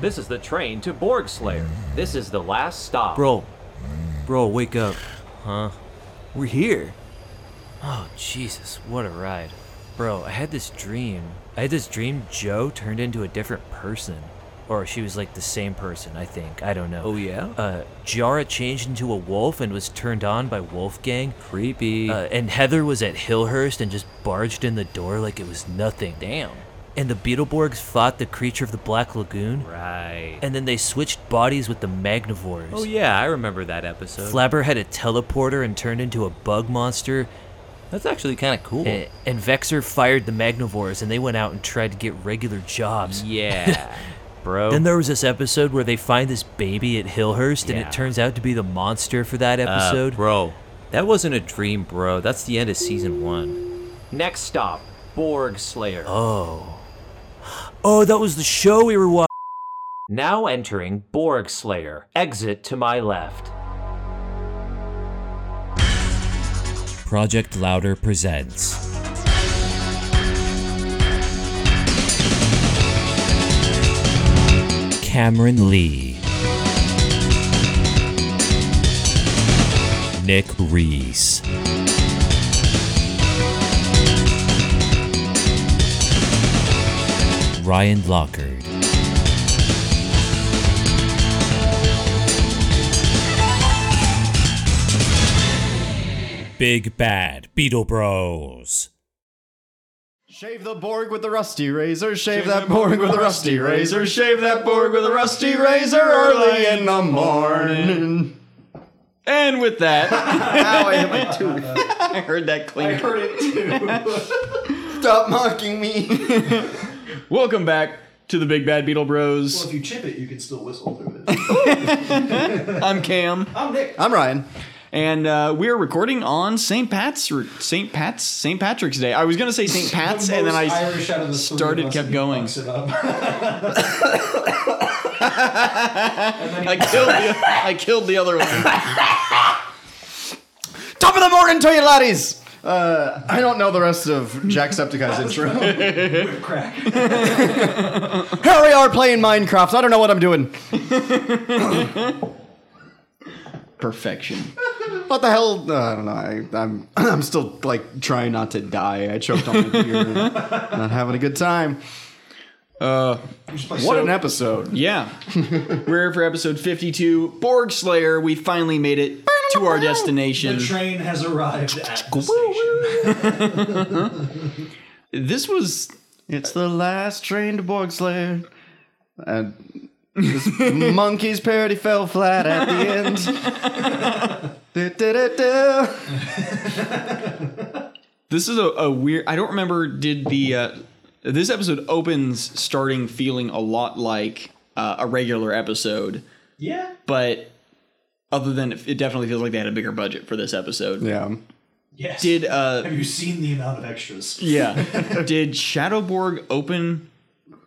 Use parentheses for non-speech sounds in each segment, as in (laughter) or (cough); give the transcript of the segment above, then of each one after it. This is the train to Borgslayer. This is the last stop. Bro, bro, wake up. Huh? We're here. Oh, Jesus, what a ride. Bro, I had this dream. I had this dream Joe turned into a different person. Or she was like the same person, I think. I don't know. Oh, yeah? Uh, Jara changed into a wolf and was turned on by Wolfgang. Creepy. Uh, and Heather was at Hillhurst and just barged in the door like it was nothing. Damn. And the Beetleborgs fought the creature of the Black Lagoon. Right. And then they switched bodies with the Magnivores. Oh yeah, I remember that episode. Flabber had a teleporter and turned into a bug monster. That's actually kind of cool. And, and Vexer fired the Magnivores and they went out and tried to get regular jobs. (laughs) yeah. Bro. Then there was this episode where they find this baby at Hillhurst and Yeah. it turns out to be the monster for that Uh, episode. bro, that wasn't a dream, bro. That's the end of season one. Next stop, Borgslayer. oh. Oh, that was the show we were watching. Now entering Borgslayer. Exit to my left. Project Louder presents. Cameron Lee. Nick Reese. Ryan Lockard. Big Bad Beetle Bros. Shave the Borg with the rusty razor, shave, that Borg with the rusty razor, shave that Borg with a rusty razor early in the morning. And with (laughs) that, (laughs) Ow, I hit my tooth. I heard that I clink. heard it too. Stop mocking me. Welcome back to the Big Bad Beetle Bros. If you chip it, you can still whistle (laughs) through it. I'm Cam, I'm Nick. I'm Ryan. and uh, we're recording on St. Pat's, St. Pat's, St. Patrick's Day. I was gonna say (laughs) St. Pat's, and then I Irish out of the three started, of us kept who going. fucks it up. (laughs) I killed the, I killed the other one. (laughs) Top of the morning to you, laddies. Uh, I don't know the rest of Jacksepticeye's intro. Crack. (laughs) Here we are playing Minecraft. I don't know what (laughs) I'm doing. Perfection. What the hell? Uh, I don't know. I, I'm (clears throat) I'm still like trying not to die. I choked on my beer. not having a good time. Uh, What an episode! Yeah, we're here for episode 52, Borg Slayer. We finally made it to our The destination. train has arrived at the station. This was It's the last train to Borgslayer. And (laughs) this monkey's parody fell flat at the end. (laughs) Du- du- du- du. This is a, a weird. I don't remember. Did the uh, this episode opens starting feeling a lot like uh, a regular episode, Yeah. but other than it definitely feels like they had a bigger budget for this episode. Yeah. Yes. Did uh Have you seen the amount of extras? yeah (laughs) did Shadowborg open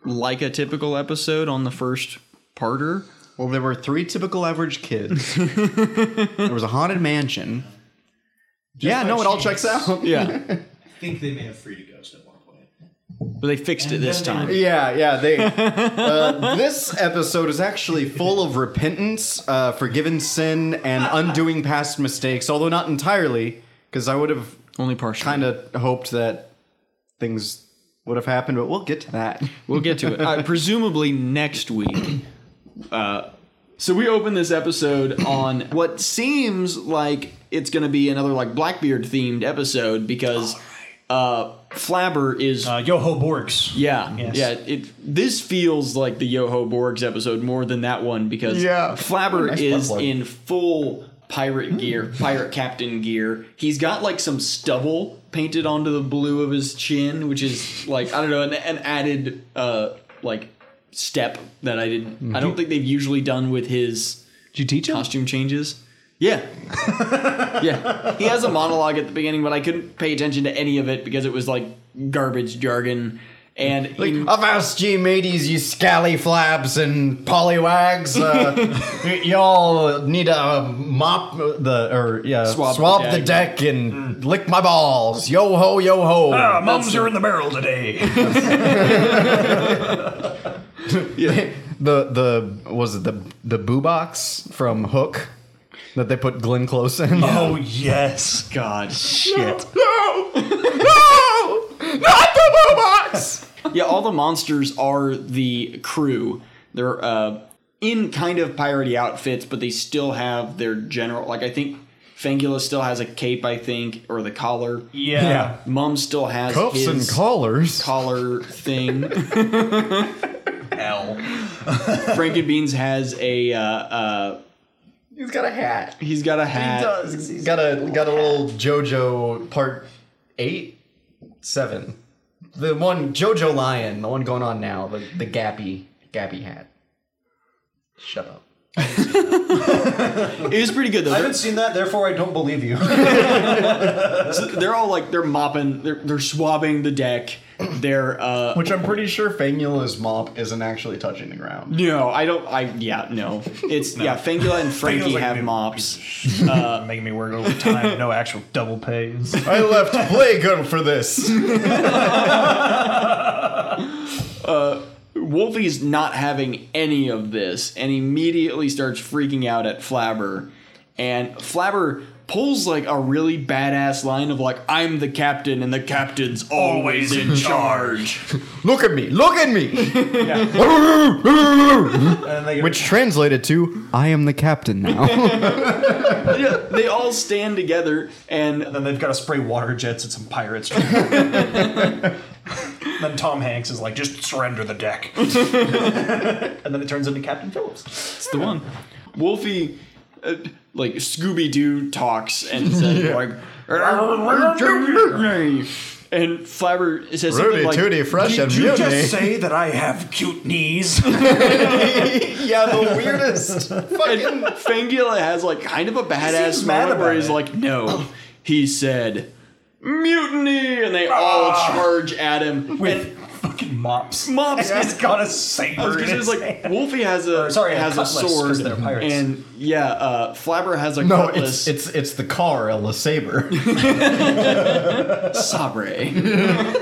like a typical episode on the first parter? Well, there were three typical average kids. (laughs) there was a haunted mansion. yeah, by no, it all chance. checks out. Yeah, I think they may have free to ghost at one point. but they fixed it this And then time. they- Yeah, yeah. (laughs) They uh, this episode is actually full of repentance, uh, forgiven sin, and undoing past mistakes. Although not entirely, because I would have Only partially. kind of hoped that things would have happened. But we'll get to that. We'll get to it. Uh, presumably next week. Uh, so we open this episode on what seems like it's going to be another like Blackbeard themed episode because uh, Flabber is Uh, Yoho Borgs. yeah Yes. yeah. It this feels like the Yoho Borgs episode more than that one because Yeah. Flabber Nice is plug. Hmm. in full pirate gear, pirate captain gear. He's got like some stubble painted onto the blue of his chin, which is like I don't know an, an added uh like step that I didn't. I don't think they've usually done with his Mm-hmm. Did you teach him? costume changes. Yeah. yeah. He has a monologue at the beginning, but I couldn't pay attention to any of it because it was like garbage jargon. And (laughs) Like, in- Avast ye mateys, ye scally flabs and (laughs) pollywags, uh, y- y'all need a mop the or yeah, Swab swab, the the deck. deck and lick my balls. Yo ho, yo ho. Ah, (laughs) mums are in the barrel today. They- (laughs) the the what was it the the boo box from Hook that they put Glenn Close in? (laughs) Oh yes. God. shit! No, no, not the boo box. Yeah, all the monsters are the crew. They're uh, in kind of piratey outfits, but they still have their general. Like I think Fangula still has a cape, I think, or the collar. Yeah. Mum still has Cuffs his and collars. collar thing. (laughs) (laughs) Hell. Frankenbeans has a. Uh, uh, He's got a hat. he's got a hat. He's got a got a little JoJo part eight, seven. The one JoJo Lion, the one going on now, the the Gappy Gappy hat. Shut up. It was pretty good though. I They're- haven't seen that, therefore I don't believe you. (laughs) they're all like they're mopping they're, they're swabbing the deck they're uh Which I'm pretty sure Fangula's mop isn't actually touching the ground. no i don't i yeah no it's yeah fangula and frankie (laughs) Fangula's like have new mops Uh, Making me work overtime, no actual double pays. (laughs) I left Playgun for this. wolfie's not having any of this and immediately starts freaking out at flabber and flabber pulls like a really badass line of like i'm the captain and the captain's always in charge Look at me! Look at me! And they Which translated to I am the captain now. Yeah, (laughs) they all stand together and then they've got to spray water jets at some pirates. then Tom Hanks is like, just surrender (laughs) the deck. (laughs) and then it turns into Captain Phillips. It's the one. (laughs) Wolfie, uh, like Scooby Doo talks and says like, and Flabber says something Rudy like, Tooty Fresh and you Mutiny. just say that I have cute (laughs) knees? (laughs) yeah, the (laughs) weirdest and fucking Fangula has like kind of a badass seems mad moment where about he's it. like, no, he said mutiny, and they all charge at him. With and fucking mops. Mops is- He's got a saber. I was gonna in say, his it's like hand. Wolfie has a sorry, a has a cutlass, 'cause sword, they're pirates. and yeah, uh, Flabber has a No, cutlass. it's it's it's the car, a (laughs) saber. (laughs) Sabre.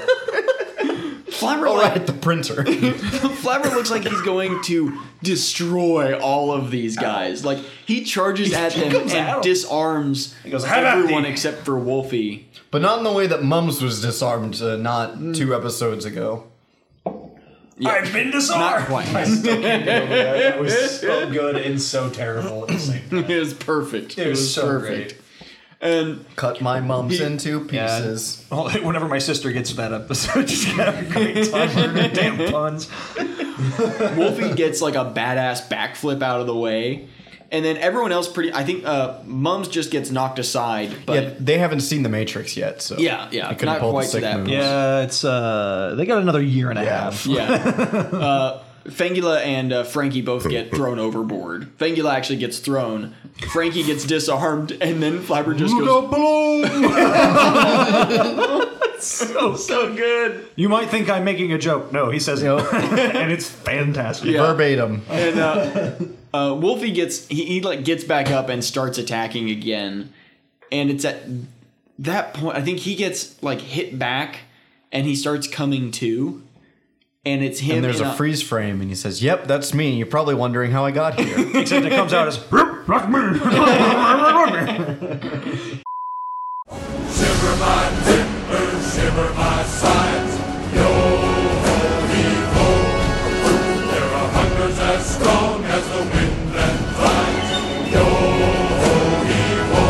Flabber All like, right, the printer. Flabber looks like he's going to destroy all of these guys. Like he charges at them comes and out. disarms He goes, "Have at everyone thee." except for Wolfie. But not in the way that Mums was disarmed uh, not two episodes ago. I've been disarmed. Not quite. I still can't get over that. It was so good and so terrible at the same time. It was perfect. It was so great. And Cut my mums into pieces. Well, (laughs) whenever my sister gets to that (laughs) episode, she's gonna have a great time (laughs) learning damn puns. Wolfie gets like a badass backflip out of the way. And then everyone else pretty I think uh Mums just gets knocked aside, yeah, but they haven't seen The Matrix yet, so yeah, yeah, I couldn't not pull the quite to sick that move. point. Yeah, it's uh, they got another year and a (laughs) half. (laughs) Yeah. Uh, Fangula and uh, Frankie both get thrown overboard. Fangula actually gets thrown. Frankie gets disarmed, and then Flabber just goes, "Oh, so good." You might think I'm making a joke. No, he says no, (laughs) and it's fantastic. Verbatim. And uh, uh, Wolfie gets he, he like gets back up and starts attacking again, and it's at that point I think he gets like hit back, and he starts coming to, and it's him. And there's in a freeze frame, and he says, "Yep, that's me." You're probably wondering how I (laughs) got here. Except it comes out as "Roop, that's (laughs) me." Shiver my timbers, shiver my sides. Yo, holy ho! There are hunters as strong as the wind that flies. Yo, holy ho!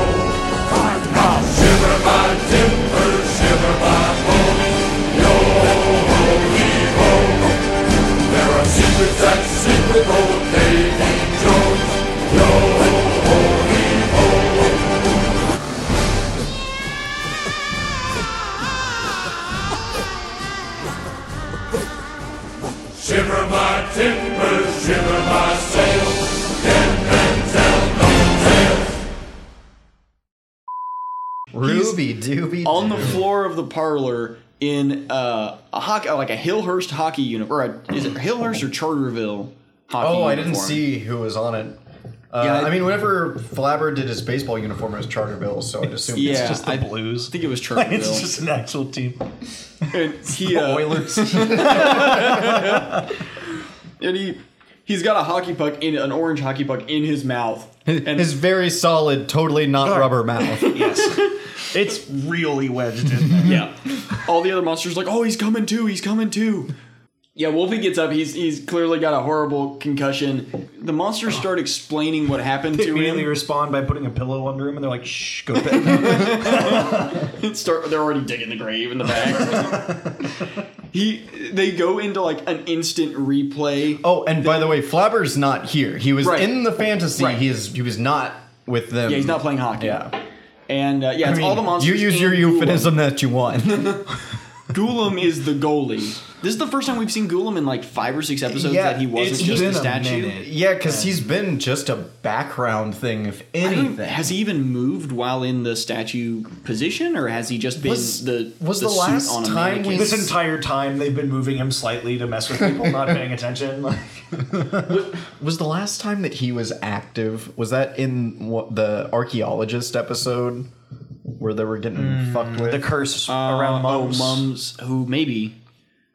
Now shiver my timbers, shiver my bones. Yo, holy ho! There are secrets that secret old Davy Jones. Yo, holy ho! Shiver my timbers, shiver my sails. Ten men tell no tales. Ruby Dooby. on the doo. floor of the parlor in uh, a hockey, like a Hillhurst hockey uniform. Or a, is it Hillhurst or Charterville hockey? Oh, I didn't uniform? see who was on it. Uh, Yeah, I- I, mean, whenever Flabber did his baseball uniform, it was Charterville, so I'd assume Yeah, it's just the I blues. think it was Charterville. It's just an actual team. (laughs) and he, uh, Oilers. and he He's got a hockey puck in an orange hockey puck in his mouth. And His very solid, totally not rubber mouth. (laughs) Yes. it's really wedged in there. yeah. All the other monsters like, oh, he's coming too. He's coming too. Yeah, Wolfie gets up. He's he's clearly got a horrible concussion. The monsters start explaining what happened They to immediately him. respond by putting a pillow under him, and they're like, "Shh, go to (laughs) bed." Start, they're already digging the grave in the back. (laughs) he they go into like an instant replay. Oh, and by the way, Flabber's not here. He was Right. in the fantasy. Right. He is. He was not with them. Yeah, he's not playing hockey. Yeah. And uh, yeah, I it's mean, all the monsters. You use and your Ghoulam. euphemism that (laughs) you want. Ghoulam is the goalie. This is the first time we've seen Ghoulam in like five or six episodes that he wasn't it's just been a statue. minute. Yeah, because he's been just a background thing, if I don't- anything. Has he even moved while in the statue position, or has he just been Was- the was the suit last on a time mannequin? Uh, we this entire time, they've been moving him slightly to mess with people not paying attention. (laughs) Like, was the last time that he was active? Was that in what, the archaeologist episode where they were getting fucked Hmm. with? the curse Uh, around mums. Oh, mums. Who maybe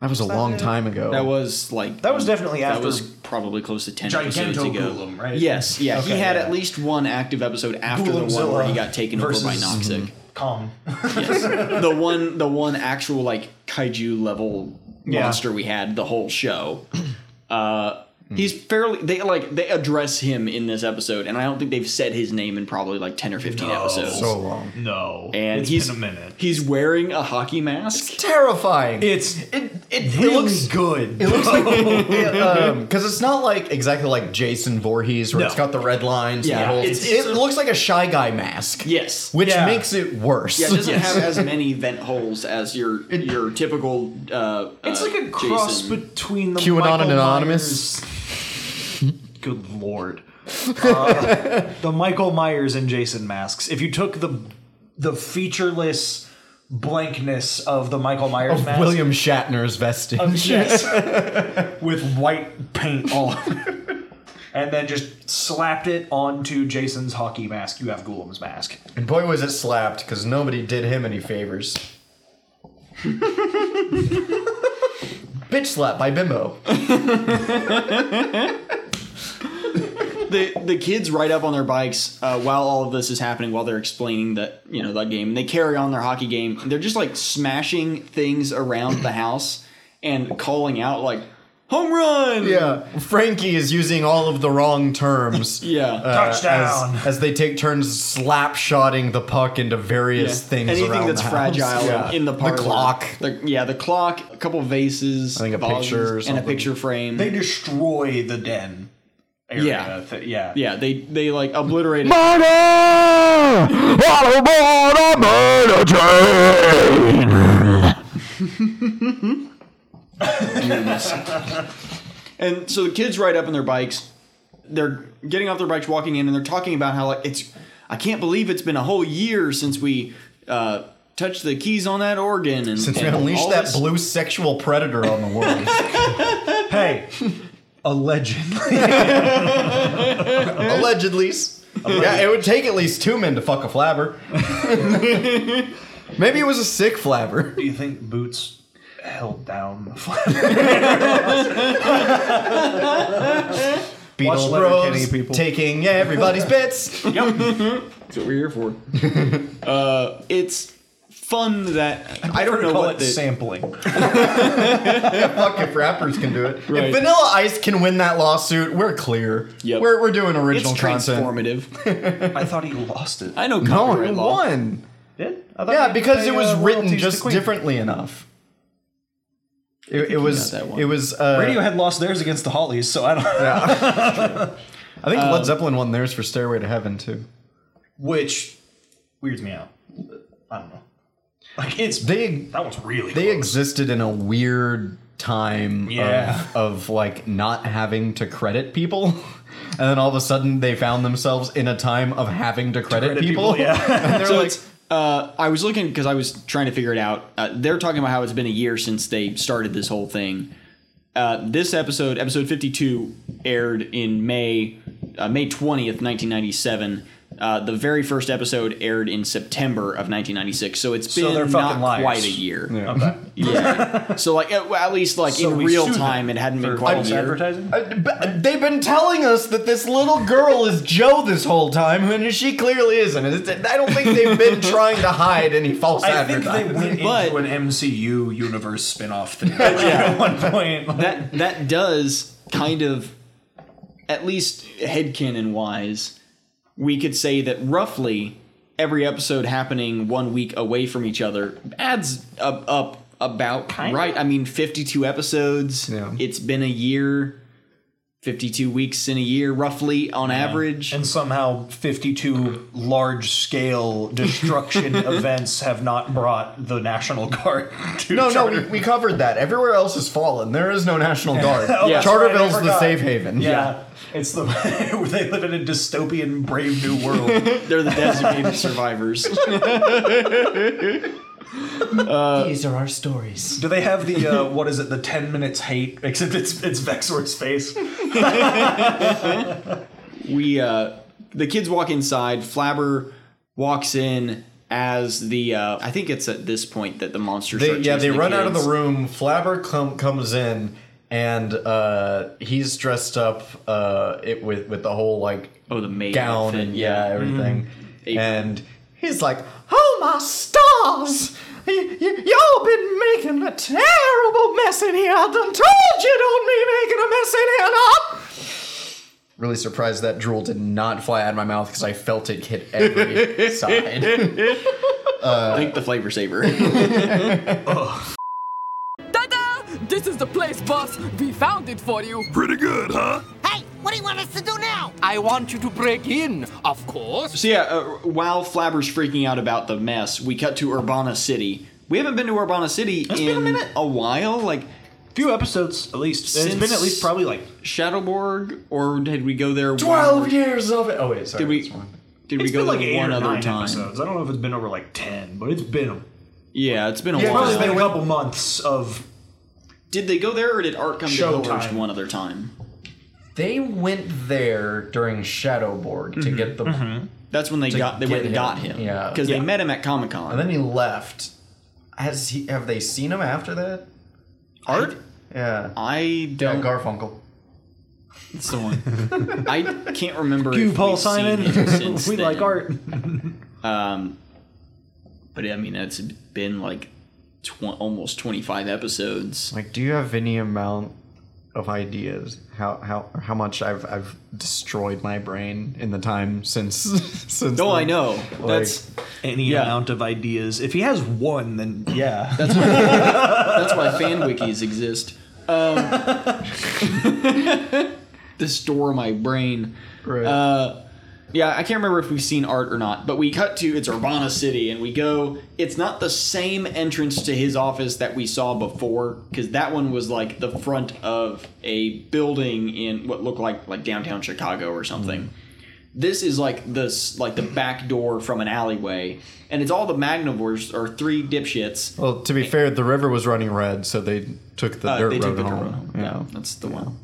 that was a long time ago. that was like That was definitely that after was probably close to ten episodes Giganto ago. Golem, right? Yes, yeah. he Okay, had yeah. at least one active episode after the one where he got taken over by Noxic. (laughs) Calm. the one the one actual like kaiju level Yeah. monster we had the whole show. Uh He's fairly they like they address him in this episode, and I don't think they've said his name in probably like ten or fifteen episodes. so long. No, and it's he's been a minute. he's wearing a hockey mask. Terrifying. It's it it, really looks good. It looks because it's not like exactly like Jason Voorhees, where No. it's got the red lines. Yeah, and the holes. it's- it it's a- looks like a shy guy mask. Yes. which Yeah. makes it worse. yeah, it doesn't have as many vent holes as your your typical. Uh, it's uh, like a cross Jason. between the QAnon Michael and Anonymous. Myers- Good lord, Uh, the Michael Myers and Jason masks. If you took the the featureless blankness of the Michael Myers (laughs) Of mask, Um, William Shatner's vesting. (laughs) yes, (laughs) with white paint all over, it, and then just slapped it onto Jason's hockey mask. You have Goulam's mask. and boy, was it slapped because nobody did him any (laughs) favors. Bitch slap by Bimbo. the the kids ride up on their bikes uh, while all of this is happening, while they're explaining that you know that game, and they carry on their hockey game. And they're just like smashing things around the house and calling out like "home run!" Yeah, Frankie is using all of the wrong (laughs) terms. yeah. uh, as- Touchdown. As, they take turns slap shotting the puck into various things. Anything around that's the house. fragile Yeah. in the parlor. clock. The- yeah, the clock, a couple vases, I think a picture or and a something. picture frame. They destroy the den. Area. Yeah. Th- yeah. yeah, they they like obliterate it. And so the kids ride up on their bikes. They're getting off their bikes, walking in, and they're talking about how like it's. I can't believe it's been a whole year since we uh, touched the keys on that organ, and Since we and unleashed all that this- blue sexual predator on (laughs) the world. Hey, a legend. Allegedly. Yeah, it would take at least two men to fuck (laughs) a flabber. Maybe it was a sick flabber. Do you think Boots held down? (laughs) Beetle Letterkenny, Bros people. taking everybody's bits. That's what we're here for. (laughs) uh, it's fun that I don't know Call what it the sampling. Fuck if rappers can do it. Right. If Vanilla Ice can win that lawsuit, we're clear. Yep. We're, we're doing it's original content. transformative. I thought he lost it. (laughs) I know No, copyright it law. won. Did? I thought Yeah, he because paid, it was uh, written royalties to just Queen. differently enough. It, it was. got that one. It was. Uh, Radiohead lost theirs against the Hollies, so I don't. I think Uh, Led Zeppelin won theirs for "Stairway to Heaven" too. Which (laughs) weirds me out. I don't know. Like it's They that one's really they close. existed in a weird time Yeah. of, of like not having to credit people (laughs) and then all of a sudden they found themselves in a time of having to credit, Credit people, yeah. (laughs) and they're So like it's, uh, I was looking because I was trying to figure it out. Uh, they're talking about how it's been a year since they started this whole thing. Uh, this episode, episode 52, aired in May, uh, May 20th, 1997. Uh, the very first episode aired in September of 1996, so it's So been they're not fucking liars. quite a year. Yeah. Okay. so like at, at least like So in we real sued them time, it hadn't been For quite a false year. advertising? Uh, but they've been telling us that this little girl is Joe this whole time, and she clearly isn't. It's- I don't think they've been trying to hide any false I think they advertising. went But- into an MCU universe spin-off (laughs) thing at one point. Like, that that does kind of at least headcanon wise we could say that roughly every episode happening one week away from each other adds up, up about right i mean 52 episodes Yeah. it's been a year 52 weeks in a year roughly on average and somehow 52 large-scale (laughs) destruction events have not brought the National Guard to no, no, we, Charter- we covered that. Everywhere else has fallen. There is no (laughs) National Guard. Oh, that's right, I Charterville's the forgot. safe haven. Yeah. It's the (laughs) they live in a dystopian brave new (laughs) world. they're the designated survivors These are our stories. Do they have the uh, what is it, the ten minutes hate? (laughs) Except it's it's Vexor's face. we uh the kids walk inside flabber walks in as the uh i think it's at this point that the monsters They, start yeah, they chasing run out of kids. the room. Flabber com- comes in, and uh, he's dressed up uh, it with with the whole like oh the maid gown outfit, Mm-hmm. and yeah, everything. Apron. And he's like, "Oh my stars! Y- y- y'all been making a terrible mess in here. I done told you don't be making a mess in here, not." Really surprised that drool did not fly out of my mouth because I felt it hit (laughs) every side. i think the (laughs) flavor (laughs) saver Ta-da! This is the place, boss. We found it for you. Pretty good, huh? Hey, what do you want us to do now? I want you to break in, of course. so yeah uh, while flabber's freaking out about the mess we cut to urbana city we haven't been to urbana city in a, while like Few episodes at least. It's been at least probably, like shadowborg or did we go there Twelve one, years of it. Oh wait, sorry. did we that's wrong. did we It's go been like there eight one or other nine time episodes. I don't know if it's been over like ten, but it's been a, yeah it's been a Yeah, while probably been a couple months of did they go there or did art come to Hillhurst Showtime. one other time They went there during Shadowborg Mm-hmm. to get the, That's when they got they went get and him. got him. Yeah. because they met him at Comic Con. and then he left. Has he? Have they seen him after that? Art, Yeah. I Yeah, don't. Garfunkel. it's the one. (laughs) I can't remember. you, if Paul we've Simon. (laughs) seen him since (laughs) we like then. art. Um, but I mean, it's been like tw- almost twenty five episodes. Like, do you have any amount of ideas how how how much I've I've destroyed my brain in the time since (laughs) since? No, Oh, I then? know. That's Any Yeah. amount of ideas. If he has one, then (laughs) yeah. that's why fan wikis exist. (laughs) Um, to store my brain. Right. Uh, Yeah, I can't remember if we've seen art or not, but we cut to it's Urbana City and we go. It's not the same entrance to his office that we saw before because that one was like the front of a building in what looked like like downtown Chicago or something. This is like this like the back door from an alleyway, and it's all the Magnivores or three dipshits. well, to be fair, the river was running red, so they took the Uh, dirt they took road the dirt road home. home. Yeah, that's the one.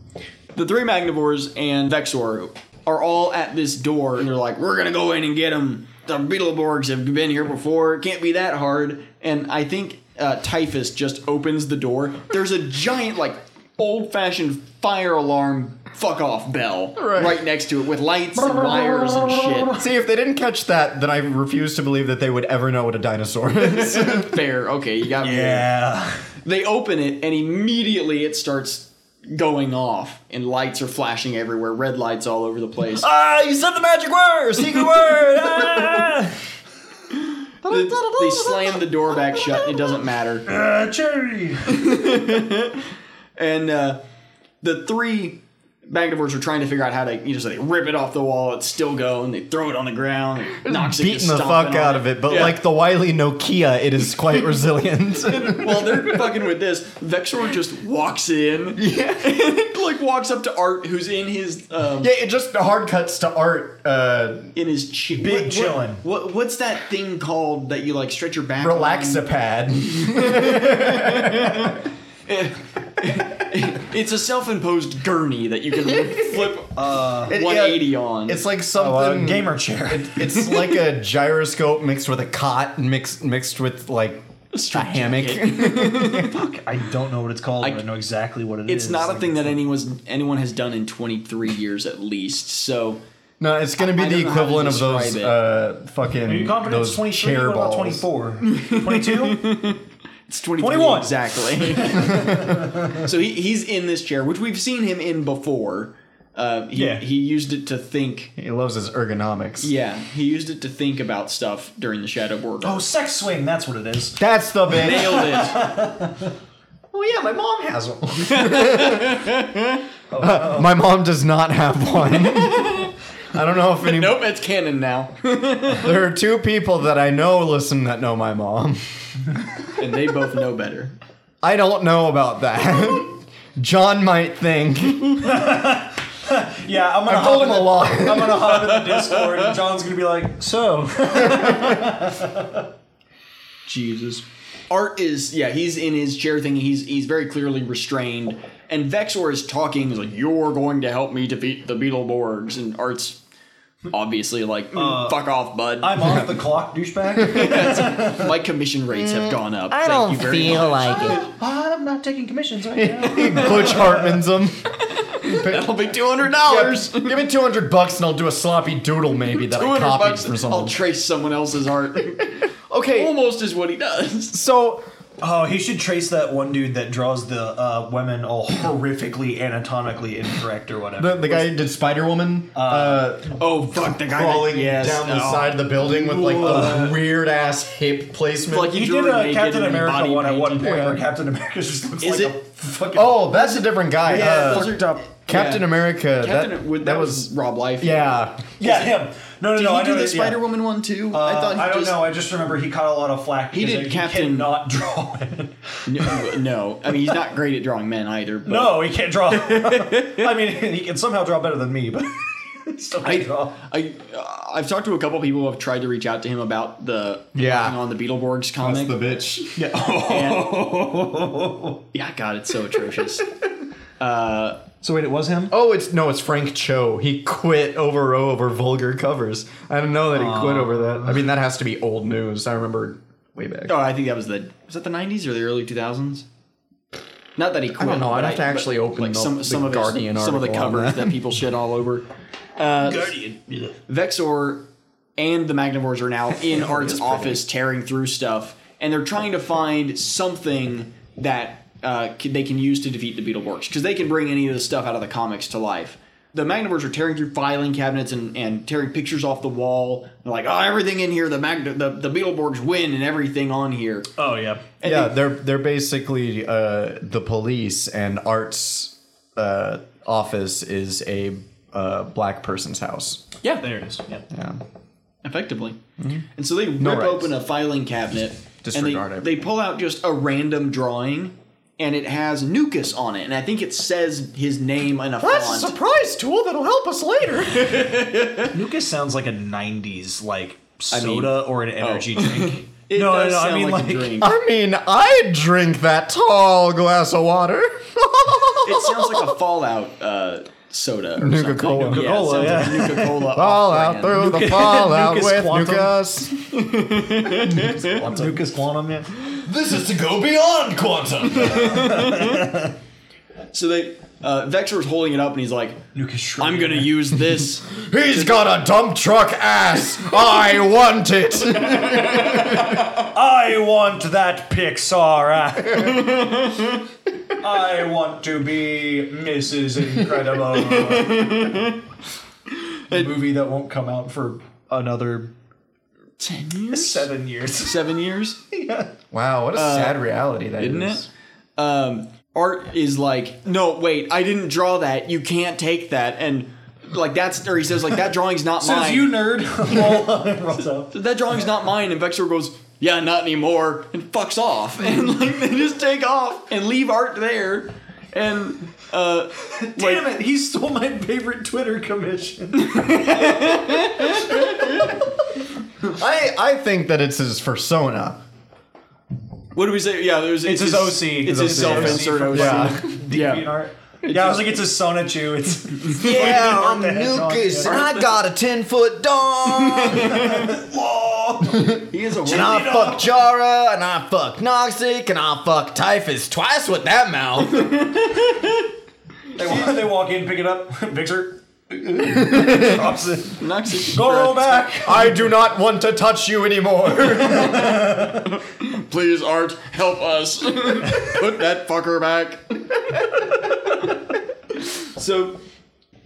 The three Magnivores and Vexor are all at this door, and they're like, "We're gonna go in and get them." The Beetleborgs have been here before. It can't be that hard. And I think uh, Typhus just opens the door. There's a giant, like, old-fashioned fire alarm fuck off bell right, next to it with lights and wires and shit. See, if they didn't catch that, then I refuse to believe that they would ever know what a (laughs) dinosaur is. (laughs) Fair, okay, you got me. there. yeah. they open it and immediately it starts going off and lights are flashing everywhere red lights all over the place ah, you said the magic word, secret word. (laughs) they, they slam the door back shut it doesn't matter Uh, charity. (laughs) and uh, the three magnivores are trying to figure out how to you know so they rip it off the wall it's still going they throw it on the ground it knocks it Beating the fuck out of it, but like the wily Nokia, it (laughs) is quite resilient. (laughs) while they're fucking with this vexor just walks in and (laughs) like walks up to art who's in his um, Yeah, it just hard cuts to art uh, in his chi- Big what- chillin'. What, what what's that thing called that you like stretch your back? on? relaxapad. It's a self-imposed gurney that you can flip uh, 180 on. It's like a something gamer chair. It, it's like a gyroscope mixed with a cot and mixed mixed with like a hammock. I don't know what it's called. I, but I know exactly what it It's is. not a Like, thing that anyone's anyone has done in 23 years at least. So (laughs) no, it's gonna be I- I don't the know how to equivalent of those describe it. uh, fucking Are you confident those it's 23? chair What about balls. (laughs) 24? 22? it's 23 21. exactly. (laughs) so he, he's in this chair, which we've seen him in before. Uh, he, Yeah. he used it to think. He loves his ergonomics. Yeah, he used it to think about stuff during the Shadow World. oh, sex swing. That's what it is. That's the bit. nailed it. Oh yeah, my mom has one. (laughs) Uh, my mom does not have one. (laughs) I don't know if any. Nope, it's canon now. There are two people that I know listen that know my mom. and they both know better. I don't know about that. (laughs) John might (laughs) think. Yeah, I'm gonna hop Told him in a the, (laughs) lot. I'm gonna hop in the Discord, and John's gonna be like, (laughs) "So, Jesus. Art is yeah, he's in his chair thing. He's he's very clearly restrained, and Vexor is talking. He's like, "You're going to help me defeat the Beetleborgs," and Art's obviously like, Uh, "Mm, "Fuck off, bud." I'm off the clock, douchebag." My commission rates have gone up. I Thank don't you very feel much. like it. I'm not taking commissions right now. Butch Hartman's him. That'll be two hundred dollars. Give me 200 bucks and I'll do a sloppy doodle maybe that Two I hundred copied bucks. from I'll someone. trace someone else's (laughs) art. okay, Almost is what he does. so Oh, he should trace that one dude that draws the uh, women all horrifically anatomically incorrect or whatever. the, the guy who did Spider Woman uh, Oh fuck, the guy crawling that, yes, down the oh. side of the building with like Whoa. the weird ass hip placement. Like, he, he drew did her a naked Captain and America body one at one point painted. where Captain America just looks Is like it- a fucking oh, that's a different guy. Yeah, uh, those are- Captain yeah. America. Captain, that, that, that was, was, Rob Life. yeah. yeah him. No, no, Did no. he I do know the that- yeah. Spider Woman one too? Uh, I thought he I don't just, know. I just remember he caught a lot of flack. He because did he Captain- Not draw. it. (laughs) No, no. I mean he's not great at drawing men (laughs) either. But no, he can't draw. I mean, he can somehow draw better than me, but (laughs) he still can't draw. I, I uh, I've talked to a couple people who have tried to reach out to him about the Yeah. working on the Beetleborgs comic. bitch. yeah, God, it's so atrocious. So wait, it was him. (laughs) Oh, it's no, it's Frank Cho. He quit over over vulgar covers. I don't know that he quit over that. I mean, that has to be old news. I remember way back. oh, I think that was the was that the '90s or the early 2000s? Not that he quit. don't know. I'd but have to actually but, open like the- some the some of his- Guardian some of the article on covers that. that. people shit all over. Uh, Guardian. Vexor and the Magnivores are now in Art's office tearing through stuff, and they're trying to find something that uh, can, they can use to defeat the Beetleborgs, because they can bring any of the stuff out of the comics to life. The Magnivores are tearing through filing cabinets and, and tearing pictures off the wall. They're like, oh, everything in here, the, Magna- the the Beetleborgs win and everything on here. Oh yeah. yeah, they're they're basically uh, the police, and Art's uh, office is a uh, black person's house. Yeah, There it is. Yeah. effectively. And so they rip rights. open a filing cabinet Disregard and it. they, they pull out just a random drawing and it has Nukas on it. And I think it says his name in a font. surprise tool that'll help us later. Lucas sounds like a '90s like mean- soda or an energy (laughs) drink. It no, does no, no, sound I mean like, a like drink. I mean, I'd drink that tall glass of (laughs) water. It sounds like a Fallout uh, soda. or something. Nuka-Cola. Yeah, it sounds Nuka-Cola, like a Nuka-Cola. Fall out off-brand. through the Nuka- fallout Nuka's with Quantum. Nukas. Lucas Quantum. Yeah. This is to go beyond quantum. So they, uh, Vexor's holding it up and he's like, Lucas. Schroeder. I'm going to use this. He's got a dump truck ass. I want it. I want that Pixar. act. I want to be Mrs. (laughs) Incredible. A movie that won't come out for another 10 years? seven years. Seven years? Wow, what a sad reality that Isn't it? Um, Art is like, no, wait, I didn't draw that. You can't take that. And like that's, or he says like that drawing's (laughs) not mine. nerd. Rolls out. that drawing's not mine. And Vexor goes, yeah, not anymore, and fucks off. (laughs) And like they just take off and leave Art there. And uh, Damn it! He stole my favorite Twitter commission. I I think that it's his persona. what do we say? Yeah, there's, It's his OC. It's his OC. self-insert OC. Yeah. Yeah. (laughs) DeviantArt. Yeah, I was like, it's a Sonichu. It's Yeah, I'm the heck on, Lucas, and I got a ten foot dong, He is a and I fuck Jara, and I fuck Noxic, and I fuck Typhus twice with that mouth. (laughs) they, walk, they walk in, pick it up, (laughs) Victor drops it. Noxic. Go roll back. I do not want to touch you anymore. Please, Art, help us. (laughs) Put that fucker back. so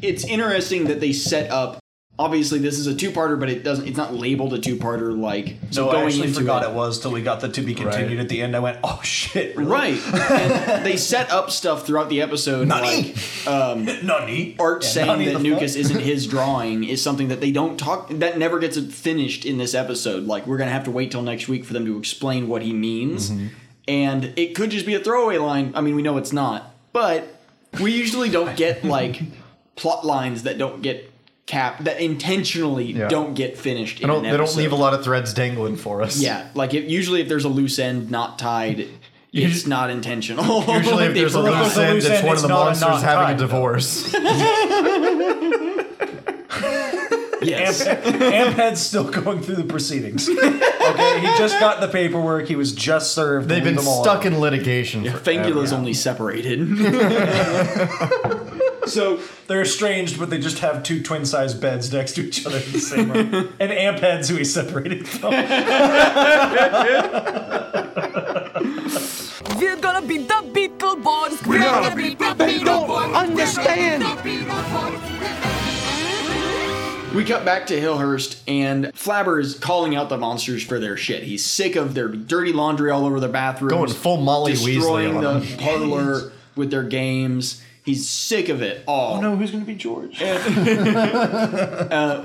it's interesting that they set up obviously this is a two-parter, but it doesn't it's not labeled a two-parter like so No, I going actually into forgot it it was till we got the to be continued at the end. I went, oh shit, really? Right. (laughs) and they set up stuff throughout the episode. Nani? Like, um, Nani? Art Yeah, saying nani that the Nukas fuck? isn't his drawing is something that they don't talk that never gets finished in this episode. Like we're gonna have to wait till next week for them to explain what he means. Mm-hmm. And it could just be a throwaway line. I mean, we know it's not, but we usually don't (laughs) get like plot lines that don't get cap that intentionally don't get finished. in an they don't episode. leave a lot of threads dangling for us. Yeah, like if, usually if there's a loose end not (laughs) tied, it's just- not intentional. Usually, (laughs) if They there's a forgot. loose end, loose it's end, one it's of the not a monsters knot having a tied, though. (laughs) divorce. Yes. (laughs) Amp head's still going through the proceedings. (laughs) okay, he just got the paperwork. He was just served. They've been Leave them all stuck alone. in litigation. for Fangula's only separated. so They're estranged, but they just have two twin-sized beds next to each other in the same (laughs) room. and Amp head's who he separated from. We're gonna be the Beatles boys. We're gonna be the Beatles boys. Understand? we cut back to Hillhurst, and Flabber is calling out the monsters for their shit. He's sick of their dirty laundry all over their bathrooms. Going full Molly Weasley Destroying on the them. parlor with their games. He's sick of it all. Oh, no, Oh, who's gonna be George? (laughs) I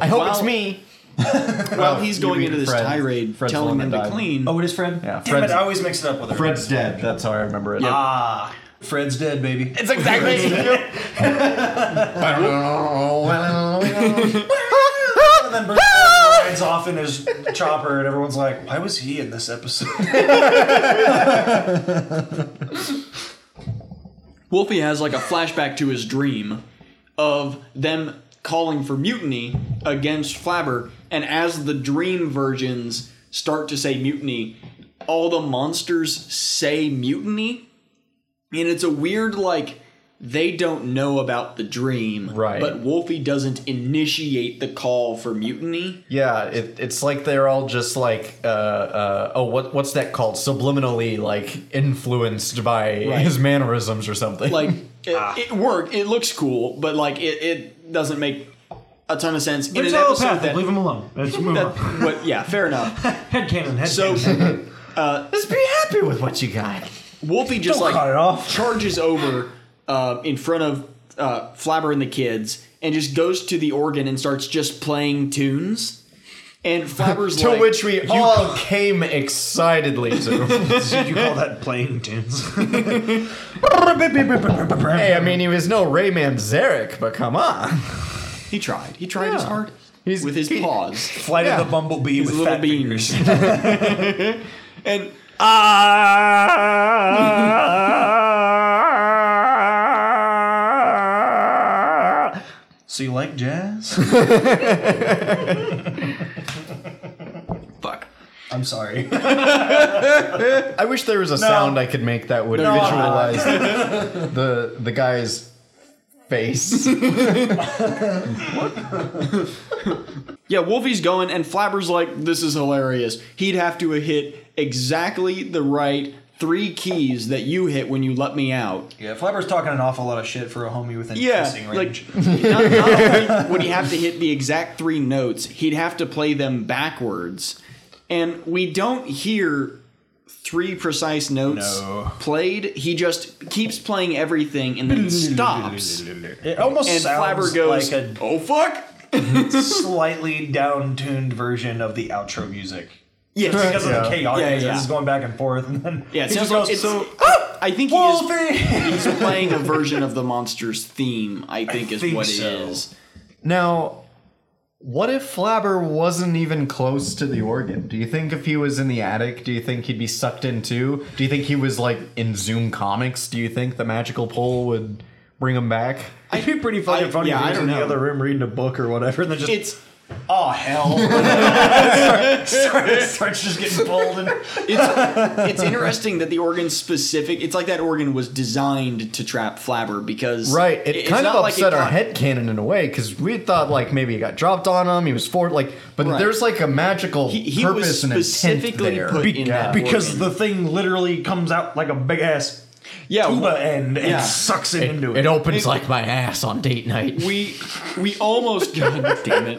hope Well- it's me. While he's you going mean into this Fred's- tirade, Fred's telling the them one that to died. clean. Oh, it is Fred. Damn Yeah, it! Fred's- I always mix it up with her. Fred's dead. That's how I remember it. Ah, Fred's dead, baby. It's (laughs) exactly. And then Bert rides off in his chopper, and everyone's like, "Why was he in this episode?" Wolfie has like a flashback to his dream of them calling for mutiny against Flabber, and as the dream virgins start to say mutiny, all the monsters say mutiny, and it's a weird like they don't know about the dream, Right. But Wolfie doesn't initiate the call for mutiny. yeah, it, it's like they're all just like, uh, uh, oh, what what's that called? Subliminally, like influenced by Right. his mannerisms or something. Like it, it worked, it looks cool, but like it, it doesn't make a ton of sense in an episode that. him alone. Let's move that but yeah, fair enough. Head cannon. Head (laughs) So just be happy with what you got. Wolfie just Don't like cut it off. charges over uh, in front of uh, Flabber and the kids, and just goes to the organ and starts just playing tunes. And Flabber's To like, which we all (laughs) came excitedly (laughs) to. Did you call that playing (laughs) tunes? (laughs) hey, I mean, he was no Rayman Zarek, but come on. he tried. He tried his Yeah. hard He's- with his he- paws, Flight yeah. of the Bumblebee his with little fat beans, fingers. and Uh, So you like jazz? fuck. I'm (laughs) sorry. (laughs) I wish there was a sound I could make that would visualize (laughs) the the guy's (laughs) face. Yeah, Wolfie's going, and Flabber's like, this is hilarious. He'd have to hit exactly the right three keys that you hit when you let me out. Yeah, Flabber's talking an awful lot of shit for a homie within Yeah, kissing like range. not, not only would he have to hit the exact three notes, he'd have to play them backwards, and we don't hear three precise notes No. played. He just keeps playing everything and (laughs) then stops. it almost And sounds Flabber goes, like a "Oh fuck!" (laughs) slightly down-tuned version of the outro music Yes. because of the chaotic. Yeah, Yeah, yeah. This is going back and forth, and then Yeah, it he sounds just like goes, it's, "So, I think he is, Wolfie. he's playing a version of the monster's theme. I think is think what it so. is. Now, what if Flabber wasn't even close to the organ? Do you think if he was in the attic, do you think he'd be sucked in too? Do you think he was like in Zoom comics? Do you think the magical pole would bring him back. It'd be pretty fucking I- funny yeah, if he I was in don't the know. other room reading a book or whatever, and then just It's Oh hell! starts, (laughs) starts just getting (laughs) bolden. it's it's interesting that the organ specific. It's like that organ was designed to trap Flabber because Right. It, it's kind of not like it upset our got- head cannon in a way because we had thought like maybe it got dropped on him. He was for like, but Right. there's like a magical He- he was purpose and intent specifically there. put Be- in that because organ. the thing literally comes out like a big ass yeah tuba well, end and yeah. sucks it, into it. it opens like my ass on date night. we we (laughs) almost God damn it.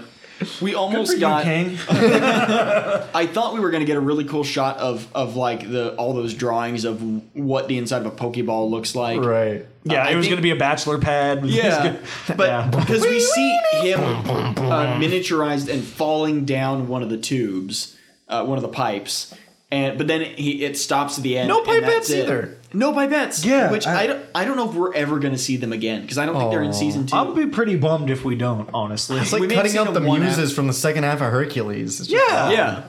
We Good for almost you, got. Kang. I thought we were gonna get a really cool shot of of like the all those drawings of what the inside of a Pokeball looks like. Right. Yeah, I it was think- going to be a bachelor pad. (laughs) Yeah, (laughs) but Yeah. because we see him uh, miniaturized and falling down one of the tubes, uh, one of the pipes, and but then he it stops at the end. No and that's pipettes it. either. No pipettes. Yeah, which I, I- don't I don't know if we're ever gonna see them again because I don't think they're in season 2 I'll be pretty bummed if we don't, honestly. It's like We may have cutting seen out a the one app- muses from the second half of Hercules. It's just- yeah, yeah,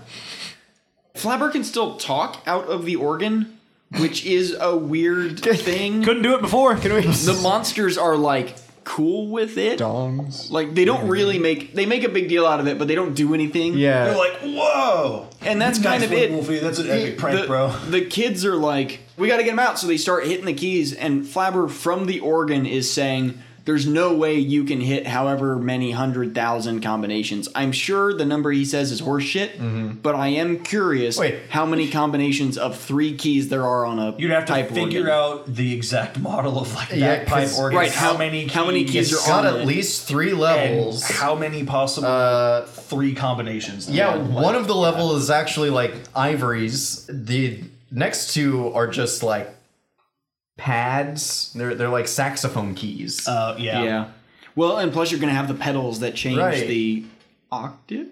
Flabber can still talk out of the organ, which is a weird thing. Couldn't do it before. (laughs) Can we? the monsters are like cool with it. Dongs. Like they don't really make they make a big deal out of it, but they don't do anything. Yeah. They're like, whoa. and that's kind of it. Wolfie. That's an epic prank, the, bro. the kids are like, we got to get him out. So they start hitting the keys, and Flabber from the organ is saying, "There's no way you can hit however many hundred thousand combinations." I'm sure the number he says is horseshit, Mm-hmm. but I am curious Wait. how many combinations of three keys there are on a You'd have to pipe figure organ. out the exact model of like Yeah, that pipe 'cause- organ. Right, How, how- many? how many keys It's are got on at it. least three and levels. how many possible three combinations? Uh, Yeah, Like, one of the levels is actually like ivories. The next two are just like pads. They're they're like saxophone keys. Uh, yeah. Yeah. Well, and plus you're gonna have the pedals that change Right. the octave.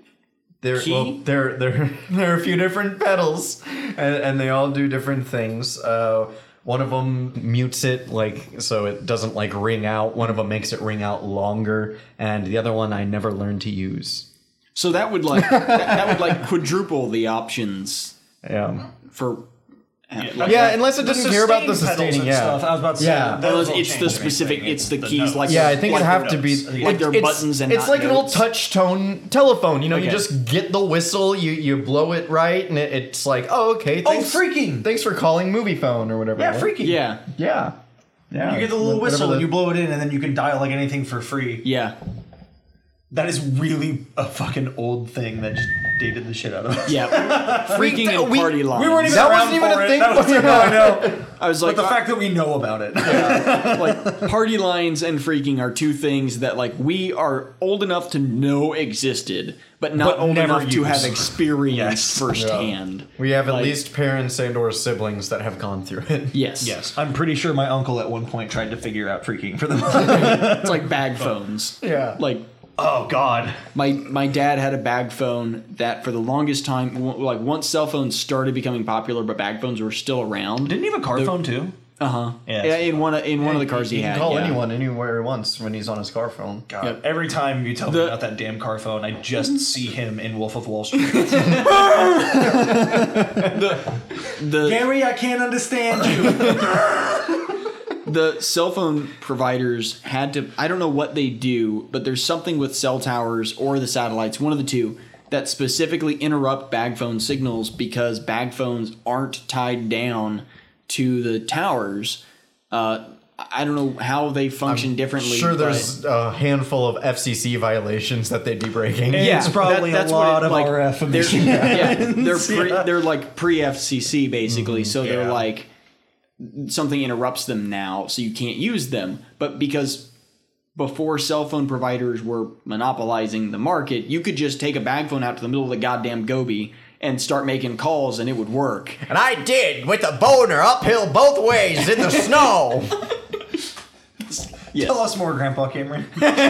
they're key? well, they're they're there (laughs) are a few different pedals, and, and they all do different things. Uh, one of them mutes it like so it doesn't like ring out. One of them makes it ring out longer, and the other one I never learned to use. So that would like (laughs) that, that would like quadruple the options Yeah, for. uh, yeah. Unless it The doesn't care about the sustain pedals sustaining. and Yeah, stuff, I was about to say. Yeah. Unless those will it's the change specific, anything. it's the It's keys the like notes. Yeah, I think like it'd have their to be notes. like their buttons and it's not like an old notes. touch tone telephone. You know, you Okay. just get the whistle, you you blow it right, and it, it's like, oh okay, Oh, thanks, freaking! thanks for calling movie phone or whatever. Yeah, right? freaking! Yeah, Yeah, yeah. You get the little Whatever whistle, the- and you blow it in, and then you can dial like anything for free. yeah, That is really a fucking old thing that just dated the shit out of us. yeah. (laughs) Freaking and we- party lines. We weren't even That around wasn't even for a it. thing That for- wasn't- no, I (laughs) know. I was like, But the fact that we know about it. (laughs) (laughs) like party lines and freaking are two things that like we are old enough to know existed, but not But old never enough to used. have experienced Yes. firsthand. we have at like- least parents and or siblings that have gone through it. (laughs) Yes. Yes, I'm pretty sure my uncle at one point tried to figure out freaking for them. It's like bag phones. Yeah. Like oh God. my my dad had a bag phone that for the longest time w- like once cell phones started becoming popular but bag phones were still around Didn't he have a car phone too? uh-huh Yeah. yeah in one of, in one of the cars he, He had can call yeah. anyone anywhere he wants when he's on his car phone. God. Yep. Every time you tell The- Mm-hmm. me about that damn car phone, I just see him in Wolf of Wall (laughs) Street. (laughs) the Gary, I can't understand you. the cell phone providers had to I don't know what they do but there's something with cell towers or the satellites one of the two that specifically interrupt bag phone signals because bag phones aren't tied down to the towers uh I I don't know how they function differently. Sure, but- there's a handful of FCC violations that they'd be breaking. Yeah. It's probably a what lot of RF They're, emission (laughs) yeah, (laughs) they're pre, they're like pre FCC basically. so they're yeah. like something interrupts them now, so you can't use them. But because before cell phone providers were monopolizing the market, you could just take a bag phone out to the middle of the goddamn Gobi and start making calls, and it would work. And I did with a boner uphill both ways in (laughs) the snow. Yes. Tell us more, Grandpa Cameron. Back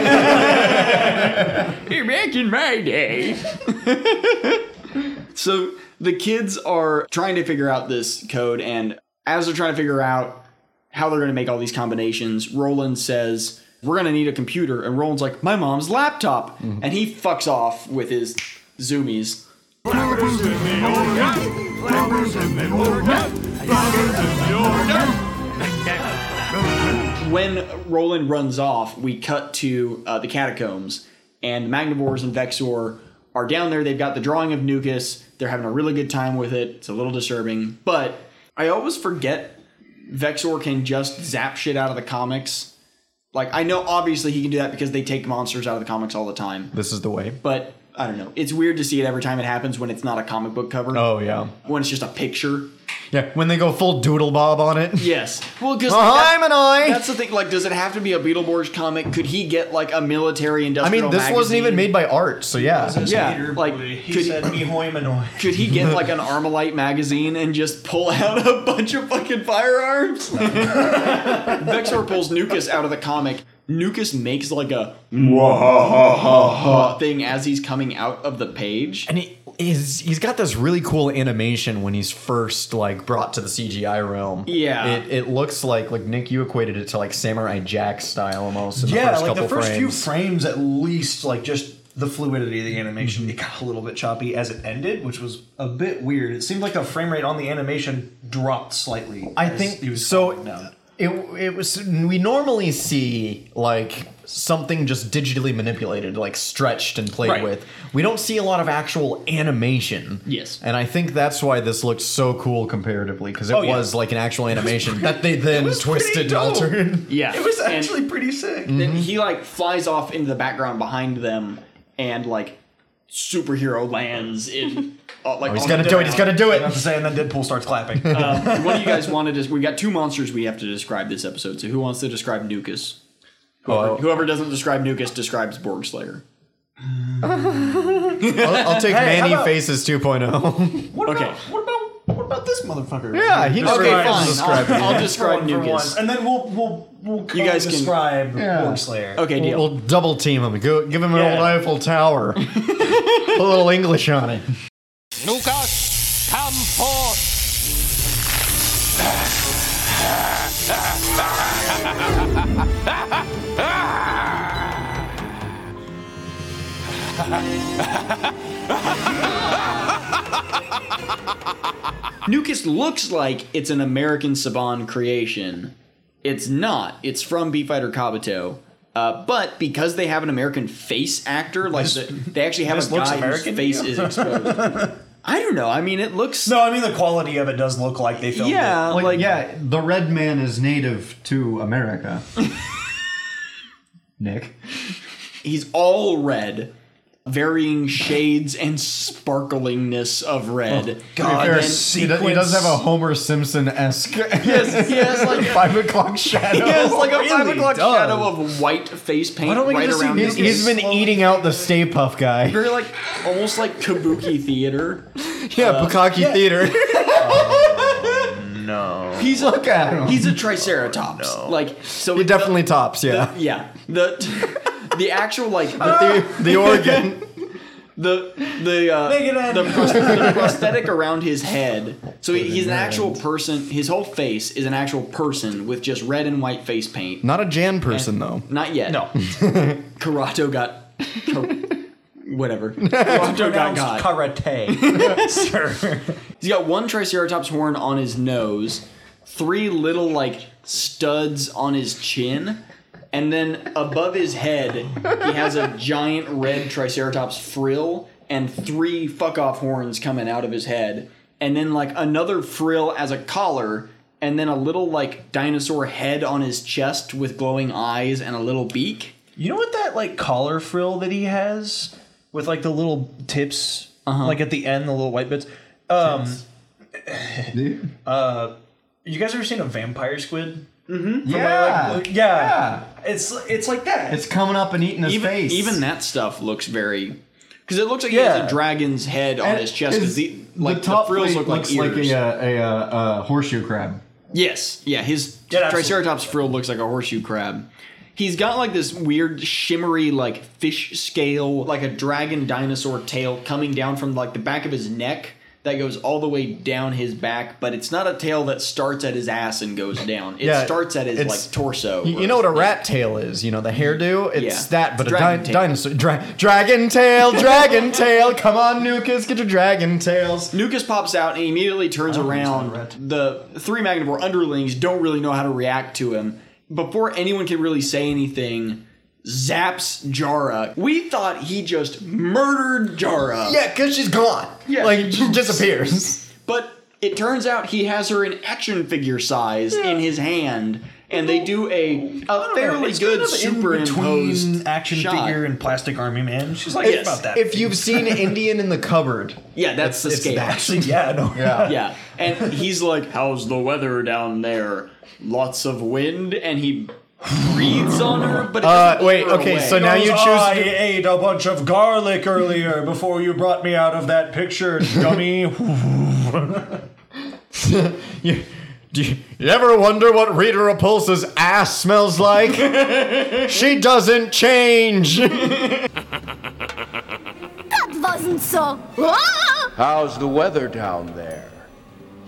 in my day. so the kids are trying to figure out this code, and as they're trying to figure out how they're going to make all these combinations, Roland says, We're going to need a computer. And Roland's like, My mom's laptop. And he fucks off with his zoomies. Flappers in the organ, flappers in the organ, flappers in the organ. when Roland runs off, we cut to uh, the catacombs, and the Magnivores and Vexor are down there. They've got the drawing of Nucus. They're having a really good time with it. It's a little disturbing, but I always forget Vexor can just zap shit out of the comics. Like I know, obviously he can do that because they take monsters out of the comics all the time. (laughs) This is the way. But I don't know. It's weird to see it every time it happens when it's not a comic book cover. Oh yeah, When it's just a picture. yeah. When they go full doodle bob on it. Uh-huh, Yes. Well, because I'm an eye. That's the thing. Like, does it have to be a Beetleborgs comic? Could he get like a military I industrial? mean, this wasn't magazine? even made by art, so yeah. Yeah, Peter like, Boy. he could- said, "Me hoy manoy." Could he get like (laughs) an Armalite magazine and just pull out a bunch of fucking (laughs) firearms? Vexor pulls Nucus out of the comic. Nucus makes like a thing as he's coming out of the page. And he, he's he's got this really cool animation when he's first like brought to the CGI realm. Yeah. it, it looks like like Nick, you equated it to like Samurai Jack style almost. In the Yeah, first like couple the first few frames. frames, at least, like just the fluidity of the animation, Mm-hmm. it got a little bit choppy as it ended, which was a bit weird. It seemed like the frame rate on the animation dropped slightly. I as think he was so. calming down. It it was we normally see like something just digitally manipulated, like stretched and played Right. with. We don't see a lot of actual animation. Yes. and I think that's why this looked so cool comparatively because it Oh, yeah. was like an (laughs) actual animation that they then twisted and altered. Yeah, (laughs) It was and- actually pretty sick. Mm-hmm. Then he like flies off into the background behind them and like superhero lands in uh, like Oh, He's on gonna the do it. He's gonna do I'm it. saying, then Deadpool starts clapping. (laughs) Uh, Um, what do you guys want to? Dis- we got two monsters we have to describe this episode. So who wants to describe Nucus? Whoever, Uh, Oh. whoever doesn't describe Nucus describes Borg Slayer. I'll, I'll take Hey, how Manny about- Faces oh. 2.0. What about, okay. What about what about this motherfucker? yeah, he Okay, describes- fine. describes it. I'll, I'll For describe one, for Nucus. one. and then we'll we'll we'll You guys can- describe Borg Slayer. (laughs) Okay, We'll, deal. we'll double team him. Go, give him an Yeah. old (laughs) Eiffel Tower. Put a little English on it. Nukas, come forth! Nucus looks like it's an American Saban creation. It's not. It's from Beat Fighter Kabuto. Uh, but because they have an American face actor, like the, they actually have this a looks guy American whose to face you? is exploded. I don't know. I mean, it looks. No, I mean the quality of it does look like they filmed yeah, it. Uh, like, yeah, the red man is native (laughs) to America. Nick. he's all red, varying shades and sparklingness of Oh, red. God, And then- the He, does, he sequence. does have a Homer Simpson (laughs) esque Yes, he has like a, (laughs) five o'clock shadow. he has like a five Really o'clock does. shadow of white face paint don't we get right to see around his Nuke face. He's been eating out the Stay Puff guy. Very like almost like kabuki theater. Uh, Yeah, Bukaki (laughs) Theater. Oh, He's a, Look at him. he's a triceratops. Like so, He definitely tops, yeah. yeah. The (laughs) the actual like The, the organ. the the uh, it the, pros- the prosthetic around his head. So he, he's an actual person. His whole face is an actual person with just red and white face paint. (laughs) Not a Jan person, though. Not yet. No. (laughs) Karato got. Whatever. Karato got got. (laughs) karate, sir. He's got one Triceratops horn on his nose, three little like studs on his chin, and then above his head, he has a giant red Triceratops frill and three fuck off horns coming out of his head, and then like another frill as a collar, and then a little like dinosaur head on his chest with glowing eyes and a little beak. You know what that like collar frill that he has with like the little tips, Uh-huh. like at the end, the little white bits. Um, uh, (laughs) you guys ever seen a vampire squid? Yeah. Like, yeah. it's it's like that. It's coming up and eating his Even face. even that stuff looks very. Because it looks like he Yeah. has a dragon's head on And his chest. Because his- the, like, the, top frills plate look like looks ears. like a, uh, a, uh, a horseshoe crab. Yes. Yeah, his Yeah, absolutely. Triceratops frill looks like a horseshoe crab. He's got like this weird shimmery like fish scale, like a dragon dinosaur tail coming down from like the back of his neck that goes all the way down his back, but it's not a tail that starts at his ass and goes down. It Yeah, starts at his it's- like torso. You, you know what a rat tail is? You know the hairdo. It's Yeah. that, but Dragon a di- tail. dinosaur. Dra- dragon tail, (laughs) dragon tail. Come on, Nukas, get your dragon tails. Nukas pops out and he Oh, immediately turns don't around. understand red. The three Magnivore underlings don't really know how to react to him. before anyone can really say anything, zaps Jara. We thought he just murdered Jara. Yeah, because she's gone. Yeah, like she she disappears. But it turns out he has her in action figure size in his hand, and they do a, a fairly good superimposed between action shot. figure and plastic army man. She's like Yes. about that. If you've seen Indian in the cupboard, Yeah, that's the it's scale. that. Actually, yeah, no. (laughs) Yeah. Yeah, and he's like, "How's the weather down there? Lots of wind." And he breathes on her, but it Uh, doesn't blow wait. her Okay. away. So now you choose. I to- ate a bunch of garlic earlier before you brought me out of that picture, (laughs) dummy. you, do you, you ever wonder what Rita Repulsa's ass smells like? she doesn't change. That wasn't so. Ah! How's the weather down there?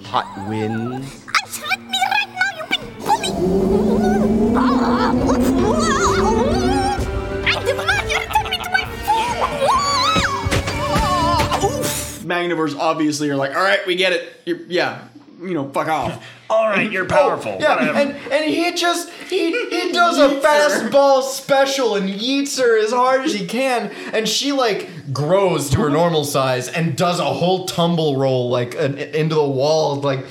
Hot wind? I'm telling me right now, you big bully! Ah, what's- ah, I demand you return me to my phone! Ah, oof. Magnivores obviously are like, "All right, we get it. You're, yeah, you know, fuck off." All right, you're powerful. (laughs) yeah, and, and he just he he does a fastball special and yeets her as hard as he can, and she like grows to her normal size and does a whole tumble roll like an, into the wall, like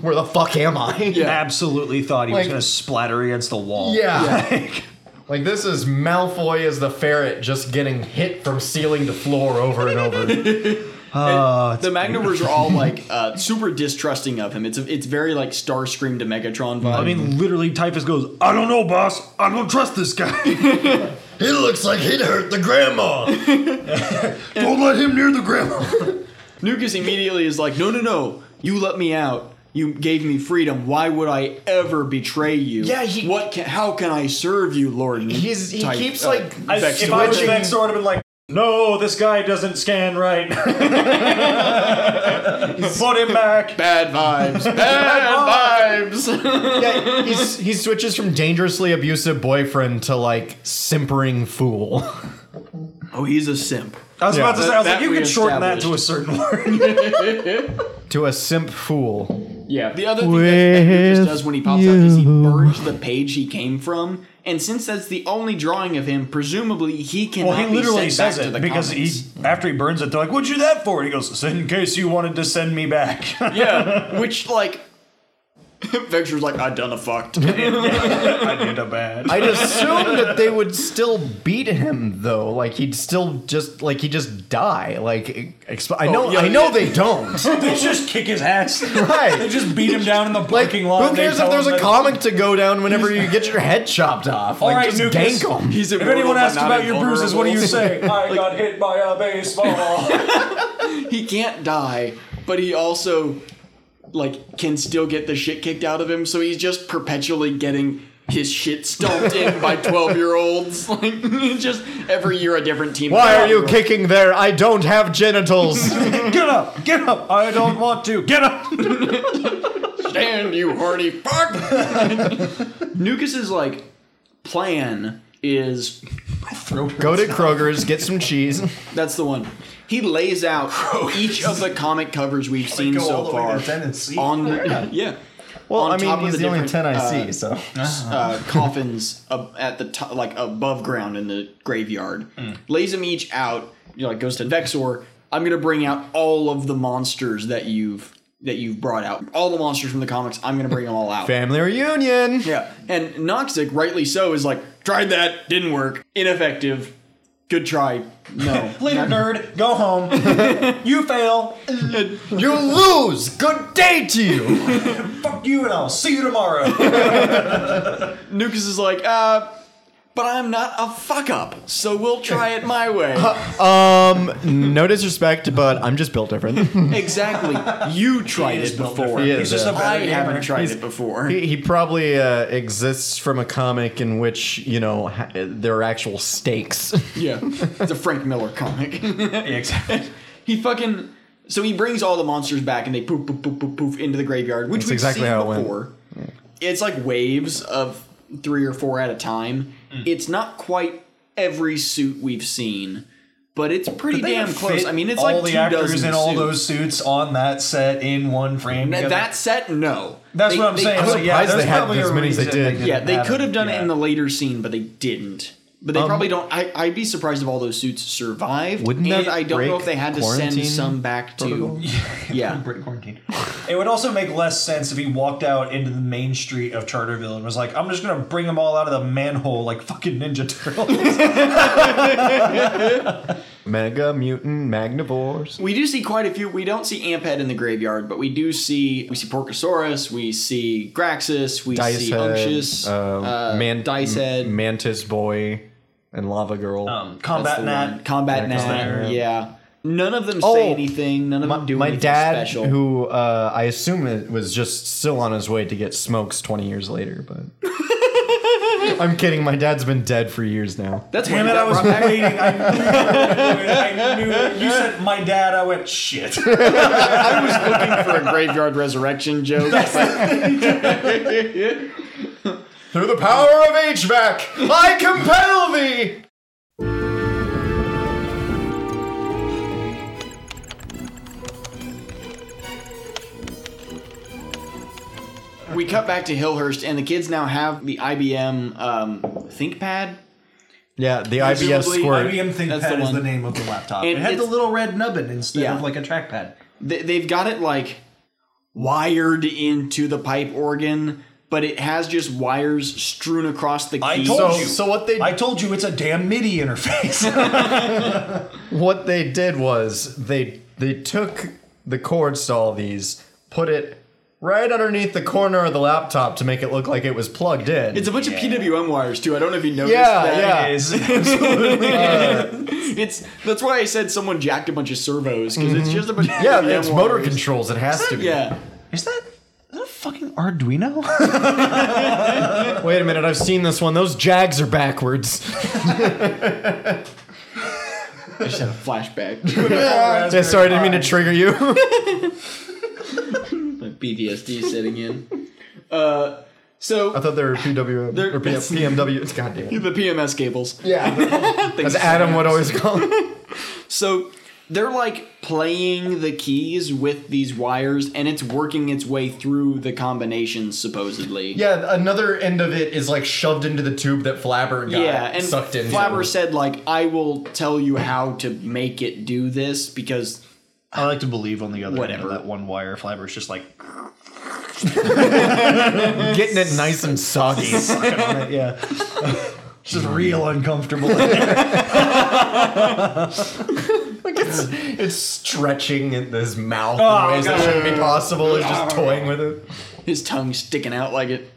where the fuck am I? Absolutely thought he was Like- gonna splatter against the wall. (laughs) Yeah. Like this is Malfoy as the ferret just getting hit from ceiling to floor over and over. the Magnivores are all like uh, super distrusting of him. It's it's very like Starscream to Megatron vibe. (laughs) I mean, literally, Typhus goes, I don't know, boss. I don't trust this (laughs) guy. it looks like he'd hurt the grandma. (laughs) don't let him near the grandma. Nukas immediately is like, "No, no, no! You let me out. You gave me freedom. Why would I ever betray you? Yeah, he- What? Can, how can I serve you, Lord?" He's, he Type, keeps uh, like I, (laughs) Vex if I was switching. Vex, I would have been like, no, this guy doesn't scan right. (laughs) Put him back. Bad vibes. (laughs) Bad vibes. yeah, he's, he switches from dangerously abusive boyfriend to like simpering fool. (laughs) oh, he's a simp. I was about to say, I was that like, you we can shorten that to a certain word. to a simp fool. (laughs) Yeah. The other thing that Edgar just does when he pops out is he burns the page he came from, and since that's the only drawing of him, presumably he cannot well, he be literally sent back says to it the because commons. he, after he burns it, they're like, what'd you do that for? And he goes, in case you wanted to send me back. (laughs) yeah, (laughs) which like. Vexer's like, I done a fucked. (laughs) I did a bad. I'd assume that they would still beat him though. Like he'd still just like he just die. Like exp- I know yeah, I know yeah. they don't. they just kick his ass. Right. They just beat him down in the Like parking lot. who cares if there's a comic to go down whenever you get your head chopped off? Like All right, just Nukas. gank 'em. He's If anyone asks about your invulnerable. bruises, what do you say? I got hit by a baseball. he can't die, but he also like can still get the shit kicked out of him, so he's just perpetually getting his shit stomped in (laughs) by 12 year olds. (laughs) Like just every year a different team. Why are you kicking there? I don't have genitals. (laughs) Get up! Get up! I don't want to. Get up! Stand you horny (laughs) fuck! Nucus's like plan is go to Kroger's, get some cheese. that's the one. He lays out each of the comic covers we've seen go so all the way to far ten and see. on (laughs) yeah. Well, On I mean, top of he's the the, only ten different, I uh, see. So uh, coffins ab- at the top, like above ground in the graveyard. Hmm. Lays them each out. You know, like goes to Vexor. I'm gonna bring out all of the monsters that you've that you've brought out. All the monsters from the comics. I'm gonna bring them all out. family reunion. yeah, and Noxic, rightly so, is like tried that, didn't work, ineffective. Good try. No. (laughs) Later, nerd. (laughs) Go home. you fail. You lose. Good day to you. Fuck you, and I'll see you tomorrow. Nukas is like, uh, but I'm not a fuck up, so we'll try it my (laughs) way. No disrespect, but I'm just built different. exactly. You tried is it built before. He is, He's just a uh, I better haven't gamer. tried it before. he, he probably uh, exists from a comic in which you know ha- there are actual stakes. Yeah, it's a Frank Miller comic. (laughs) exactly. (laughs) he fucking so he brings all the monsters back and they poof poof poof poof poof into the graveyard, which That's we've exactly seen how it went. before. It's like waves of Mm. three or four at a time. It's not quite every suit we've seen, but it's pretty Could they damn have close. fit I mean, it's all like the two actors dozen in all suits. those suits on that set in one frame. Now, together. that set, no. That's They- what I'm they saying. could- So, yeah, there's probably a reason they didn't Yeah, they have could have done it in the later scene, but they didn't. But they Um, probably don't. I, I'd be surprised if all those suits survived. Wouldn't and that I don't know break if they had to send quarantine some back to. (laughs) Yeah. It would also make less sense if he walked out into the main street of Charterville and was like, "I'm just gonna bring them all out of the manhole like fucking Ninja Turtles." (laughs) Mega mutant magnivores. We do see quite a few. We don't see Amped in the graveyard, but we do see we see Porcosaurus, we see Graxus, we Dice see Head, Unctious, uh, uh, Man- Dice Head, Um, M- Mantis Boy, and Lava Girl. That's the one. combat Nat was Nat, there. yeah. None of them Oh, say anything. None of them do My anything dad, special. who uh, I assume it was just still on his way to get smokes 20 years later, (laughs) but. I'm kidding. My dad's been dead for years now. That's Damn it! I was waiting. (laughs) I knew, I knew it. You said my dad. I went (laughs) shit. I was looking for a graveyard resurrection (laughs) joke. (laughs) Through the power of HVAC, I compel thee! we cut back to Hillhurst, and the kids now have the IBM um, ThinkPad. Yeah, the IBS Presumably squirt. IBM Think- That That's the is the one. name of the laptop. And It, had the it's- little red nubbin instead Yeah. of like a trackpad. They, they've got it like wired into the pipe organ, but it has just wires strewn across the key. I told you. what they? I told you it's a damn MIDI (laughs) interface. what they did was they they took the cords to all these, put it right underneath the corner of the laptop to make it look like it was plugged in. It's a bunch Yeah. of PWM wires too. I don't know if you noticed Yeah, that. yeah. (laughs) It is. Absolutely. it's that's why I said someone jacked a bunch of servos because it's just a bunch. of Mm-hmm. yeah, PWM it's motor wires. controls. It has to be. Yeah. Is that Arduino? Wait a minute, I've seen this one. Those Jags are backwards. (laughs) I just had a flashback. (laughs) yeah, sorry, I didn't mean to trigger you. My PTSD setting in. Uh, so (laughs) I thought they were PWM They're- or PM, it's- PMW. (laughs) God damn it. the PMS cables. (laughs) Yeah, Things as Adam would sometimes. always call. Them. So they're like playing the keys with these wires, and it's working its way through the combinations supposedly. (laughs) Yeah, another end of it is like shoved into the tube that Flabber got yeah, and sucked into. Flabber said like, "I will tell you how to make it do this because I like to believe on the other Whatever. end of that one wire fiber is just like getting it nice and soggy. sucking on it. (laughs) Yeah, it's just real uncomfortable. it's stretching in his mouth Oh, in ways that God. shouldn't be possible. It's just toying with it. his tongue's sticking out like it."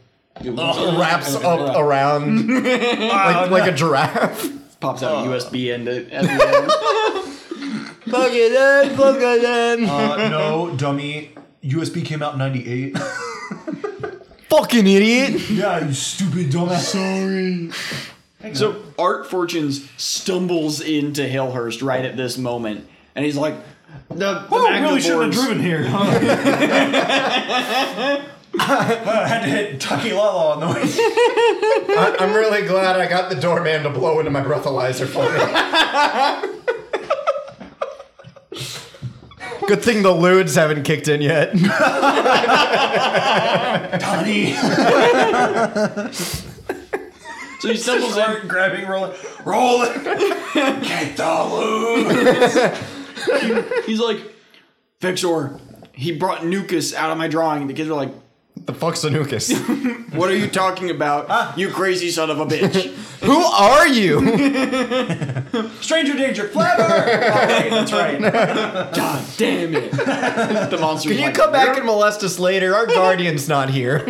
Oh, wraps up (laughs) around Oh, like, like a giraffe. pops out a USB end at (laughs) at the end. Plug it in, plug it in. uh, no, dummy. USB came out in '98. (laughs) Fucking idiot. yeah, you stupid dumbass. Sorry. So Art Fortunes stumbles into Hillhurst right at this moment, and he's like, "The, the Oh, really shouldn't have Magnavorbs- driven (laughs) here. Huh? I had to hit Tucky Lala on the way. (laughs) I, I'm really glad I got the doorman to blow into my breathalyzer for me. Good thing the ludes haven't kicked in yet. Donnie. So he stumbles in. Start grabbing, rolling, (laughs) rolling. Get the loot. He's like, Vixor, he brought Nukas out of my drawing. The kids are like, (laughs) the fuck's Anukus? What are you talking about? You crazy son of a bitch. (laughs) (laughs) Who are (laughs) you? Stranger danger, flabber. oh, wait, that's right. God damn it. the monster. Can you come back and molest us later? Our guardian's (laughs) not here.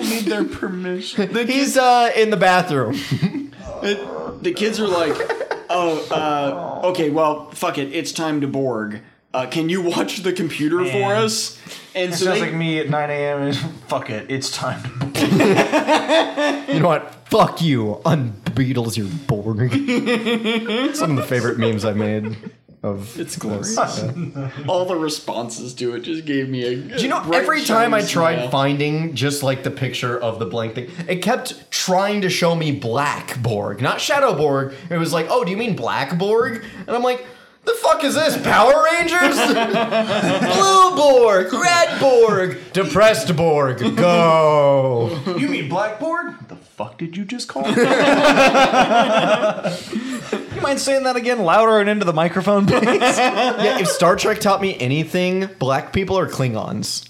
need their permission? He's uh in the bathroom. the kids are like, Oh, uh, okay, well, fuck it. It's time to Borg. Uh, can you watch the computer for Man. us? And so Sounds they, like me at 9 a.m. and (laughs) fuck it, it's time. to- You know what? (laughs) Fuck you. On Beatles, you're boring. Some of the favorite memes I made. of It's glorious. this. All the responses to it just gave me a. Do you know bright, every time I shiny tried smile. finding just like the picture of the blank thing, it kept trying to show me black Borg, not shadow Borg. It was like, oh, do you mean black Borg? And I'm like, the fuck is this? Power Rangers? (laughs) Blue Borg, red Borg, depressed Borg, go. You mean blackboard? The fuck did you just (laughs) call me? you mind saying that again louder and into the (laughs) microphone, please? yeah, if Star Trek taught me anything, black people are Klingons.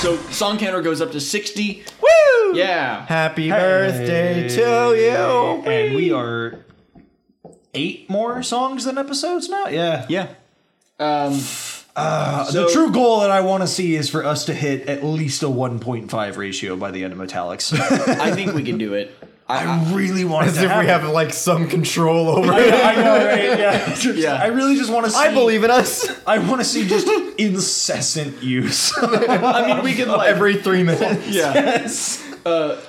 So song counter goes up to sixty. Woo! Yeah. Happy birthday to you. And we are eight more songs than episodes now? Yeah. Yeah. Um, Uh, the So- true goal that I want to see is for us to hit at least a 1.5 ratio by the end of Metallics. I think we can do it. (laughs) I, I really want As it to if we have like some control over I, it. I know, right? Yeah. Yeah. I really just want to see. I believe in us. I want to see just incessant use. I mean, we could like. Every three minutes. yeah. It's I'm-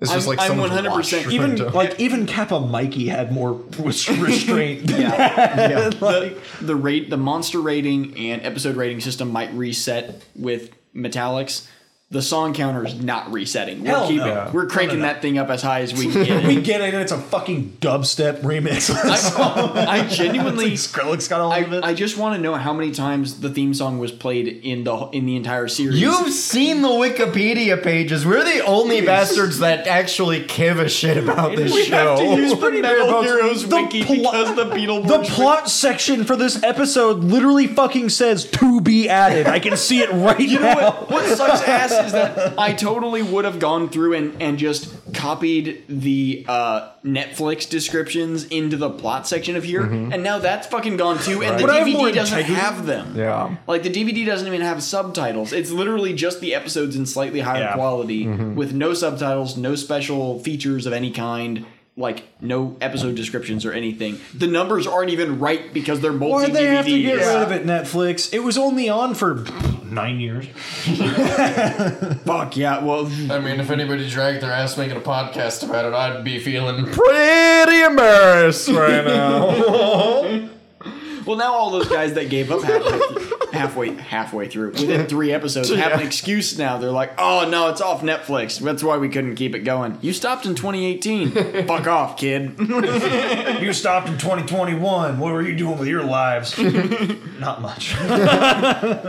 I'm someone's 100% watch. even like even Kappa Mikey had more res- restraint. than that. Like, The, the rate, the monster rating and episode rating system might reset with Metallics. The song counter is not resetting. We're Hell keeping, no. we're cranking that thing up as high as we can get. (laughs) (laughs) we it. get it, and it's a fucking dubstep remix. (laughs) I genuinely, Skrillex got all of I, it. I just want to know how many times the theme song was played in the in the entire series. You've seen the Wikipedia pages. We're the only bastards that actually give a shit about this we show. have to use the (laughs) (laughs) Metal both- Heroes the wiki pl- because the Beetleborgs the plot section for this episode literally fucking says to be added. I can see it right You know now. what, what (laughs) sucks ass is that I totally would have gone through and, and just copied the uh, Netflix descriptions into the plot section of here, and now that's fucking gone too, and the Would Mm-hmm. I have more DVD doesn't integrity? have them. Yeah. Like, the DVD doesn't even have subtitles. It's literally just the episodes in slightly higher Yeah. Mm-hmm. quality with no subtitles, no special features of any kind. Like no episode descriptions or anything. The numbers aren't even right because they're multi Or DVDs. they have to get rid of it, Netflix. It was only on for nine years. Fuck yeah! Well, I mean, if anybody dragged their ass making a podcast about it, I'd be feeling pretty embarrassed right now. Well, now all those guys that gave up halfway, halfway, halfway through within three episodes have an excuse now. They're like, "Oh no, it's off Netflix. That's why we couldn't keep it going. You stopped in 2018. Fuck off, kid." You stopped in 2021. What were you doing with your lives? Not much.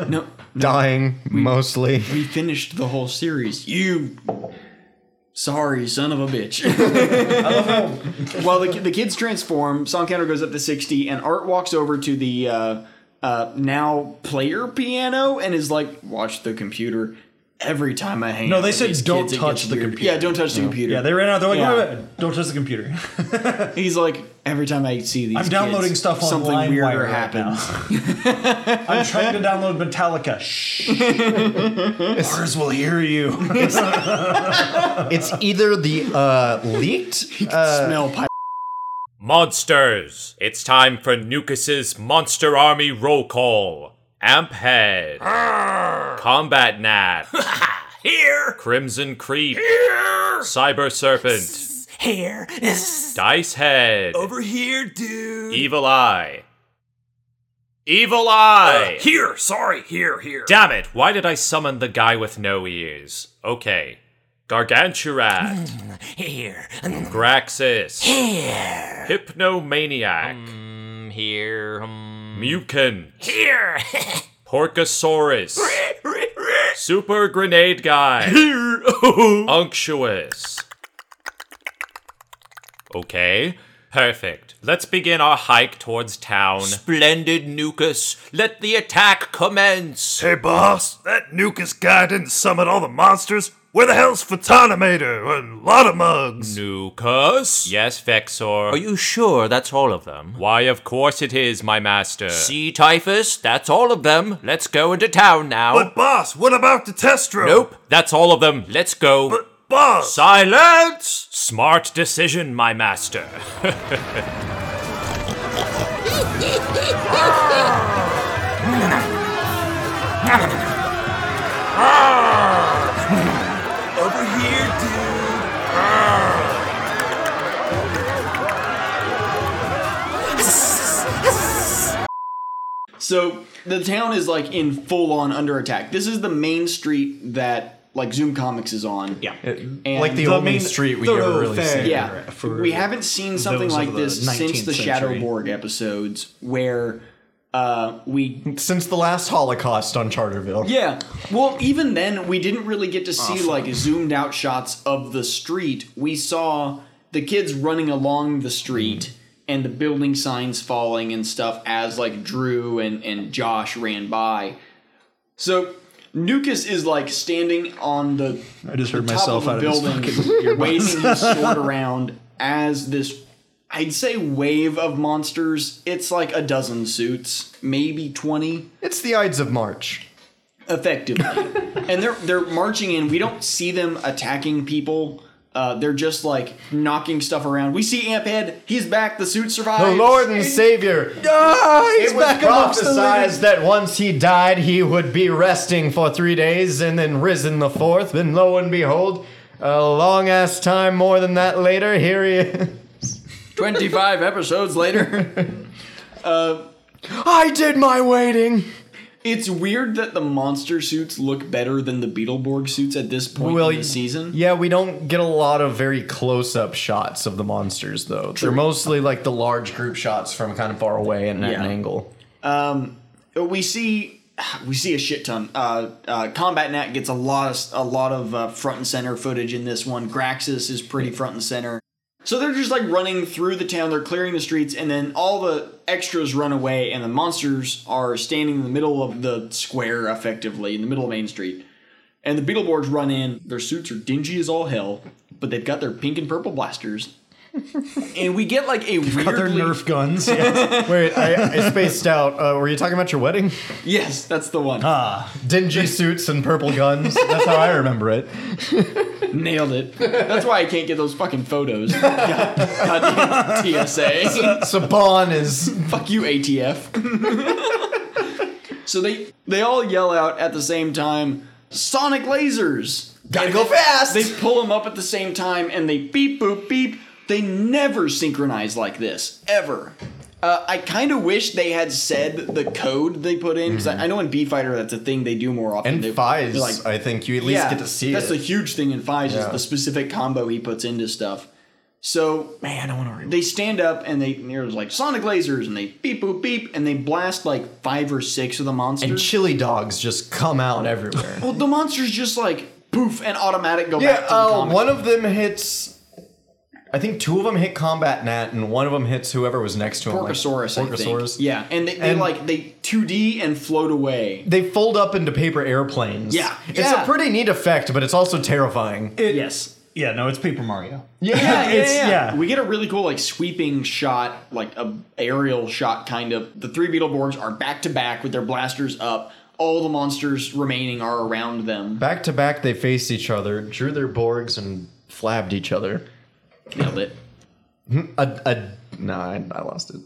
no, Dying mostly. we finished the whole series. You, sorry, son of a (laughs) bitch. (laughs) While the the kids transform, song counter goes up to 60, and Art walks over to the uh, uh, now player piano and is like, "Watch the computer." Every time I hang No, out they with said these don't kids, it touch gets the weird. computer. Yeah, don't touch the computer. Yeah, they ran out. They're like, Yeah. "Wait a minute, don't touch the computer. He's like, every time I see these, I'm downloading kids, stuff on Something weirder LimeWire right now. happens. I'm trying to download Metallica. Shh. Mars will hear you. It's either the uh, leaked Smell pipe. Monsters! It's time for Nucus's Monster Army Roll Call. Amp Head. Combat (laughs) Nat. Here! Crimson Creep. Here! Cyber Serpent. Here. Dice Head. Over here, dude. Evil Eye. Evil Eye! Uh, here, sorry, here, here. Damn it, why did I summon the guy with no ears? Okay. Garganturat. (laughs) Here. Graxis. Here. Hypnomaniac. Mm, here. Um, Mucin. here. (laughs) Porcosaurus. Super Grenade (laughs) Guy. Unctuous. Okay, perfect. Let's begin our hike towards town. Splendid Nucus. Let the attack commence. Hey, boss, that Nucus guy didn't summon all the monsters. Where the hell's Fatanimator and Lotamugs? Nucus? Yes, Vexor. Are you sure that's all of them? Why, of course it is, my master. See, Typhus, that's all of them. Let's go into town now. But, boss, what about the Testro? Nope, that's all of them. Let's go. But, boss! Silence! Smart decision, my master. Over here, dude. So the town is like in full on under attack. This is the main street that like Zoom Comics is on. Yeah, Like the only street we ever really see. Yeah, for we haven't seen something those like of the this since 19th the century. Shadowborg episodes, where uh, we since the last Holocaust on Charterville. yeah. Well, even then, we didn't really get to see like zoomed out shots of the street. We saw the kids running along the street Mm-hmm. and the building signs falling and stuff as like Drew and, and Josh ran by. So Nukas is like standing on the I just heard the myself top of out of the his building, fucking waving his earbuds. sword around as this. I'd say wave of monsters. It's like a dozen suits, maybe twenty. It's the Ides of March, (laughs) effectively, and they're they're marching in. We don't see them attacking people. Uh, they're just like knocking stuff around. We see Amphead. He's back. The suit survived. the Lord and Savior. he's it was back amongst the living. prophesied that once he died, he would be resting for three days and then risen the fourth. And lo and behold, a long ass time more than that later, here he is. 25 episodes later. Uh, (laughs) I did my waiting. (laughs) It's weird that the monster suits look better than the Beetleborg suits at this point Well, in the season. Yeah, we don't get a lot of very close up shots of the monsters, though. They're mostly like the large group shots from kind of far away and at Yeah. an angle. Um, we see (sighs) we see a shit ton. Uh, uh, Combat Nat gets a lot of a lot of uh, front and center footage in this one. Graxus is pretty front and center. So they're just like running through the town. They're clearing the streets, and then all the extras run away, and the monsters are standing in the middle of the square, effectively in the middle of Main Street. And the Beetleborgs run in. Their suits are dingy as all hell, but they've got their pink and purple blasters. and we get like a weirdly (laughs) Other Nerf guns. Wait, I, I spaced out. Uh, were you talking about your wedding? Yes, that's the one. Ah, dingy suits and purple guns. That's how I remember it. Nailed it. (laughs) That's why I can't get those fucking (laughs) photos. God- Goddamn (laughs) TSA. Saban is fuck you ATF. so they they all yell out at the same time, "Sonic lasers! Gotta go fast!" They pull them up at the same time and they beep boop beep. They never synchronize like this ever. Uh, I kind of wish they had said the code they put in because I, I know in B Fighter that's a thing they do more often. And They- Fies, they're I think you at least yeah, get to see That's it. the huge thing in Fies is Yeah. the specific combo he puts into stuff. So man, I want to. They stand up and they and there's like sonic lasers and they beep boop beep and they blast like five or six of the monsters. and chili dogs just come out everywhere. well, the monsters just like poof and automatic go yeah, back to the uh, comic. one of them hits. I think two of them hit Combat Nat, and one of them hits whoever was next to him. like- Porcosaurus, I think. Porcosaurus. Yeah, and they, they And- like they 2D and float away. They fold up into paper airplanes. Yeah, It's yeah. a pretty neat effect, but it's also terrifying. yes. (laughs) Yeah, no, it's Paper (laughs) Mario. Yeah, (laughs) yeah, It's- yeah, yeah. We get a really cool like sweeping shot, like a aerial shot kind of. The three Beetleborgs are back to back with their blasters up. All the monsters remaining are around them. Back to back, they faced each other, drew their Borgs, and flabbed each other. Nailed it. A, a, no, I, I lost it.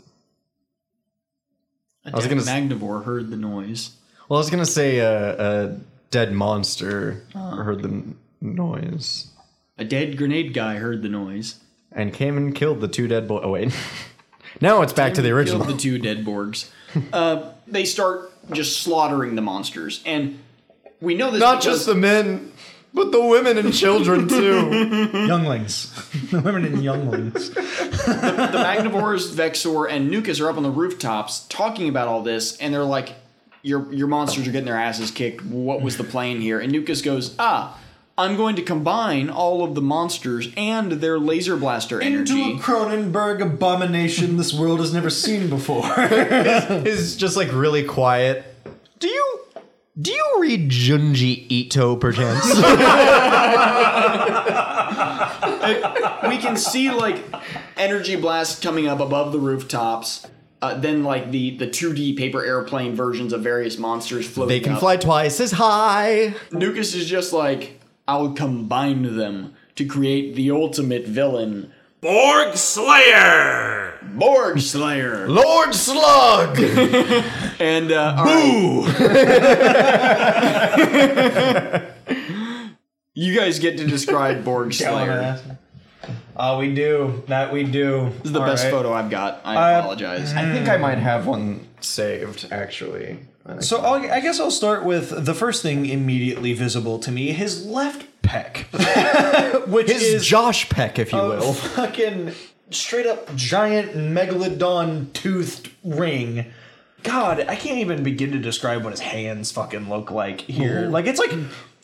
A I was dead gonna s- Magnivore heard the noise. Well, I was gonna say uh, a dead monster Oh. heard the n- noise A dead grenade guy heard the noise and came and killed the two dead boy. Oh wait, (laughs) now it's back to the Killed original. (laughs) the two dead Borgs. uh, they start just slaughtering the monsters, and we know this Not because- just the men, but the women and (laughs) children too. younglings, (laughs) the women and younglings. the Magnivores, Vexor, and Nukas are up on the rooftops talking about all this, and they're like, "Your your monsters are getting their asses kicked. What was the plan here?" And Nukas goes, "Ah, I'm going to combine all of the monsters and their laser blaster energy." Into a Cronenberg abomination this world has never seen (laughs) before. Is just like really quiet. Do you do you read Junji (laughs) Ito perchance? we can see like energy blasts coming up above the rooftops. Uh, then like the the 2D paper airplane versions of various monsters floating. they can up. fly twice as high. Nukas is just like, I'll combine them to create the ultimate villain. Borg Slayer! Borg Slayer! Lord Slug! and, uh. Boo! (laughs) you guys get to describe Borg Slayer. Oh, we do. That we do. This is the best photo I've got. I apologize. I think I might have one saved, actually. So I'll, I guess I'll start with the first thing immediately visible to me: his left peck, (laughs) which His is Josh Peck, if you a will. fucking straight up giant megalodon toothed ring. God, I can't even begin to describe what his hands fucking look like here. Like it's like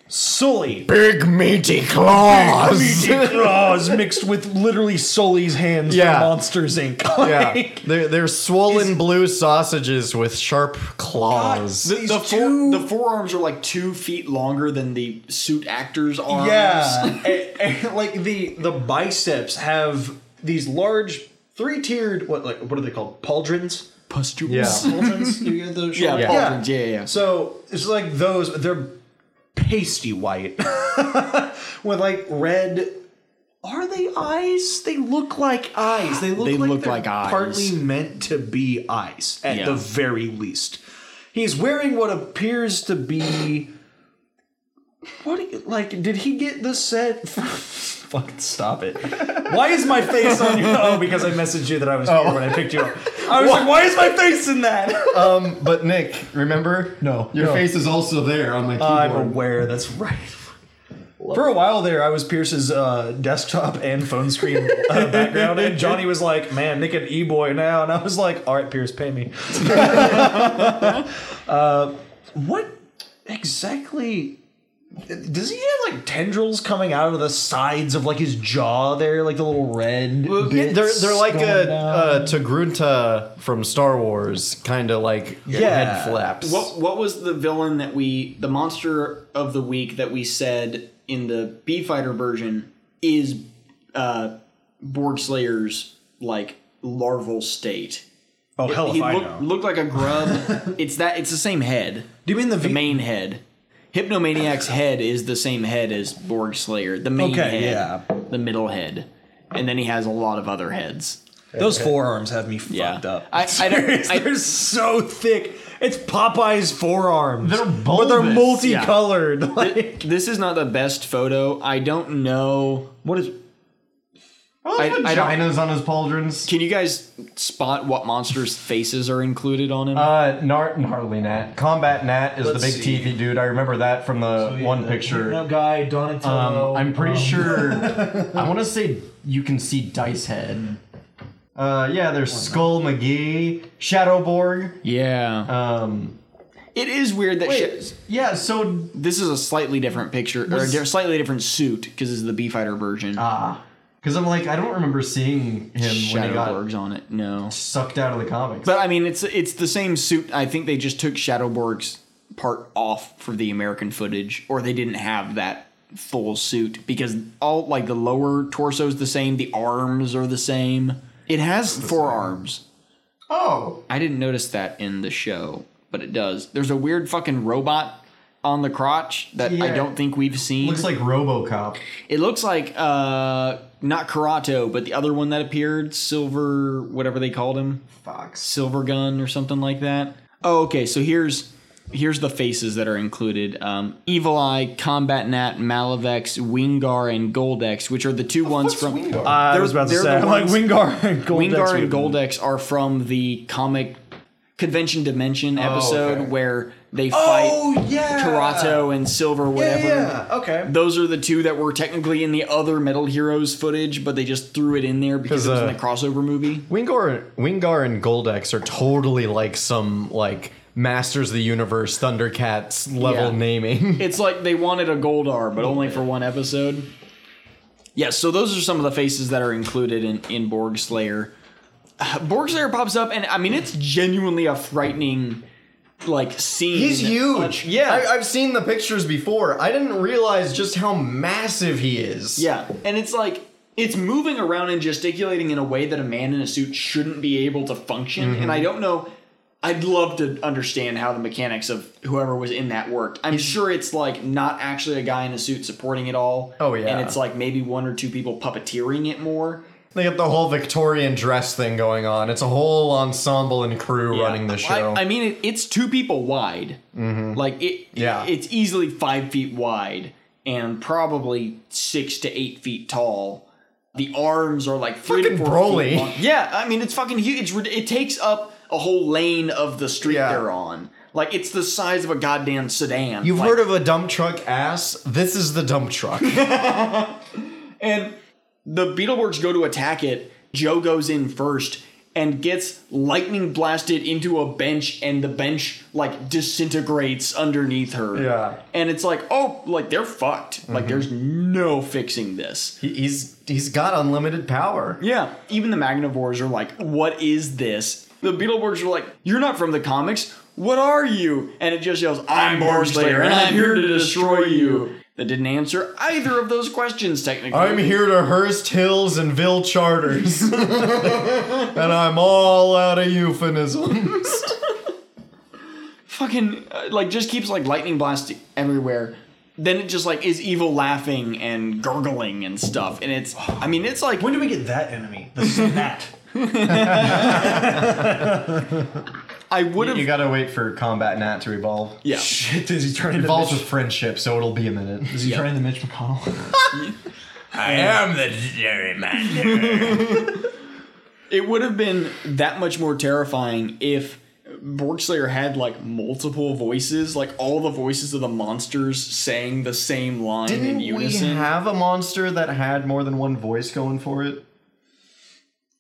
Sully, Big meaty claws. Big meaty claws mixed with literally Sully's hands Yeah. from Monsters Inc. (laughs) (laughs) yeah, Like, they're they're swollen blue sausages with sharp claws. The, the, fore, the forearms are like two feet longer than the suit actor's arms. (laughs) Yeah, and, and, like the the biceps have these large three tiered what like what are they called pauldrons? Pustules. (laughs) Yeah. pauldrons. You get those? Yeah, short- pauldrons, yeah, yeah. So it's like those. They're pasty white (laughs) with like red. Are they eyes? They look like eyes. They look They like look they're like eyes. Partly meant to be eyes at Yeah. the very least. He's wearing what appears to be. What do you- like? Did he get the set? (laughs) Fucking stop it! Why is my face on your? Oh, because I messaged you that I was Oh. here when I picked you up. I was Why- like, why is my face in that? (laughs) um, but Nick, remember? No, your no. face is also there on my I'm keyboard. aware. That's right. For a while there, I was Pierce's uh, desktop and phone screen uh, background, and Johnny was like, "Man, Nick an e boy now," and I was like, "All right, Pierce, pay me." (laughs) uh, what exactly? Does he have like tendrils coming out of the sides of like his jaw there, like the little red? Yeah, they're bits they're like going a, down? a Tagrunta from Star Wars, kind of like head flaps. What what was the villain that we the monster of the week that we said in the B fighter version is uh Borg Slayer's like larval state. Oh, hell if he I look- know. looked like a (laughs) grub. it's that it's the same head. Do you mean the, the main head? Hypnomaniac's (laughs) head is the same head as Borg Slayer. The main Okay, head. yeah. The middle head. And then he has a lot of other (laughs) heads. Those forearms have me fucked up. I- I don't- Seriously, I- they're so thick. It's Popeye's forearms. They're But bulbous. they're multicolored. Like, Th- this is not the best photo. I don't know what is. I- I don't- vaginas on his pauldrons. Can you guys spot what monsters' faces are included on him? Uh, Gnarly gnarly Nat. Combat Nat is Let's the big see. TV dude. I remember that from the one picture. That guy, Donatello. Um, I'm pretty (laughs) sure. I want to say you can see Dice Hmm. Head. Uh, yeah, there's Skull McGee, Shadowborg. yeah. Um, it is weird that shit. Yeah, so this is a slightly different picture or a Was- di- slightly different suit because it's the B fighter version. Ah, because I'm like I don't remember seeing him when he got Shadowborgs on it. No, sucked out of the comics. but I mean it's it's the same suit. I think they just took Shadowborg's part off for the American footage, or they didn't have that full suit because all like the lower torso's the same, the arms are the same. It has forearms. Oh, I didn't notice that in the show, but it does. There's a weird fucking robot on the crotch that I Yeah. don't think we've seen. looks like RoboCop. it looks like uh not Karato, but the other one that appeared, Silver whatever they called him. Fox. Silver Gun or something like that. Oh, okay, so here's here's the faces that are included. Um, Evil Eye, Combat Nat, Malavex, Wingar, and Goldex, which are the two ones from I was about to they're say, the I'm like, ones- Wingar and Goldex Wingar we- and Goldex are from the comic Convention Dimension Oh, episode okay. where they fight Oh, yeah. Karato and Silver, whatever. yeah, okay. Those are the two that were technically in the other Metal Heroes footage, but they just threw it in there because 'Cause, it was uh, in the crossover movie. Wingar, Wingar and Goldex are totally like some like Masters of the Universe Thundercats level Yeah. naming. (laughs) it's like they wanted a Goldar, but only for one episode. Yes, so those are some of the faces that are included in, in Borg Slayer. (sighs) Borg Slayer pops up, and I mean, it's genuinely a frightening, like, scene. He's huge. yeah. I, I've seen the pictures before. I didn't realize just how massive he is. Yeah, and it's like it's moving Mm-hmm. around and gesticulating in a way that a man in a suit shouldn't be able to function. And I don't know. I'd love to understand how the mechanics of whoever was in that worked. I'm sure it's like not actually a guy in a suit supporting it all. Oh, yeah. and it's like maybe one or two people puppeteering it more. They got the whole Victorian dress thing going on. It's a whole ensemble and crew running the I- show. I, mean, it, it's two people wide. Mhm. Like it, Yeah. it's easily five feet wide and probably six to eight feet tall. The arms are like three to Fucking four Broly. feet long. Yeah, I mean, it's fucking huge. It's, rid- it takes up a whole lane of the street they're on. Like it's the size of a goddamn sedan. You've Like, heard of a dump truck ass? This is the dump truck. (laughs) And the Beetleborgs go to attack it. Joe goes in first and gets lightning blasted into a bench, and the bench like disintegrates underneath her. Yeah. And it's like, oh, like they're fucked. Like Mhm. there's no fixing this. he's he's got unlimited power. Yeah. Even the Magnivores are like, what is this? The Beetleborgs are like, you're not from the comics. What are you? And it just yells, I'm Borgslayer, and I'm here to destroy you. That didn't answer either of those questions technically. I'm here to Hearst Hills and Ville Charters. (laughs) and I'm all out of euphemisms. fucking uh, like just keeps like lightning blasting everywhere. Then it just like is evil laughing and gurgling and stuff, and it's I mean it's like when do we get that enemy? The Snat. I would have. You gotta wait for Combat Nat to evolve. Yeah. Shit, does he turn It into evolves Mitch- with friendship, so it'll be a minute. Does he turn into (laughs) Mitch McConnell? I am the gerrymander. it would have been that much more terrifying if Borgslayer had like multiple voices, like all the voices of the monsters sang the same line in Didn't we unison. have a monster that had more than one voice going for it?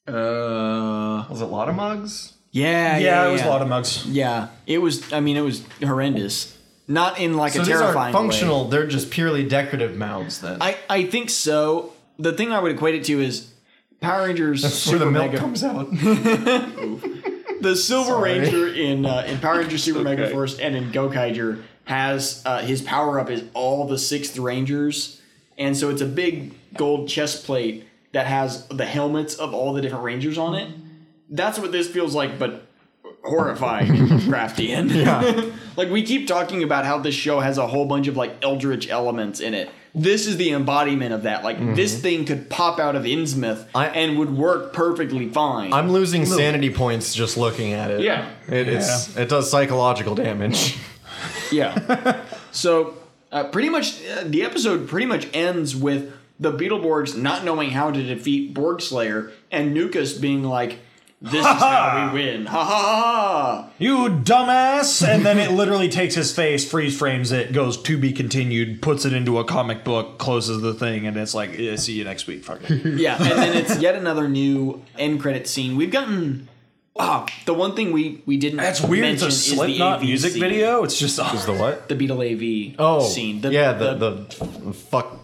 Uh, was it Lotamugs? Yeah, yeah, Yeah, it was yeah. Lotamugs. Yeah, it was. I mean, it was horrendous. Not in like so a these terrifying aren't functional. way. They're just purely decorative mouths. Then I I think so. The thing I would equate it to is Power Rangers That's Super where the milk Mega comes out. the Silver Sorry. Ranger in uh, in Power Ranger (laughs) Super Mega Force and in Gokaiger has uh, his power up is all the sixth Rangers, and so it's a big gold chest plate that has the helmets of all the different Rangers on it. That's what this feels like, but horrifying (laughs) and crafty and Yeah. (laughs) like we keep talking about how this show has a whole bunch of like eldritch elements in it. This is the embodiment of that. Like Mm-hmm. this thing could pop out of Innsmouth and would work perfectly fine. I'm losing Look. sanity points just looking at it. Yeah. it, it's it does psychological damage. Yeah. (laughs) so uh, pretty much uh, the episode pretty much ends with the Beetleborgs not knowing how to defeat Borgslayer and Nukas being like, "This is how (laughs) we win!" Ha ha ha! ha. You dumbass! And then it literally takes his face, freeze frames it, goes to be continued, puts it into a comic book, closes the thing, and it's like, yeah, see you next week, (laughs) fucker. Yeah, and then it's yet another new end credit scene. We've gotten. Ah, the one thing we we didn't That's weird. It's mention a is the Slipknot AV music scene. video. It's just is the what? The Beetle AV Oh, scene. yeah, the the, fuck.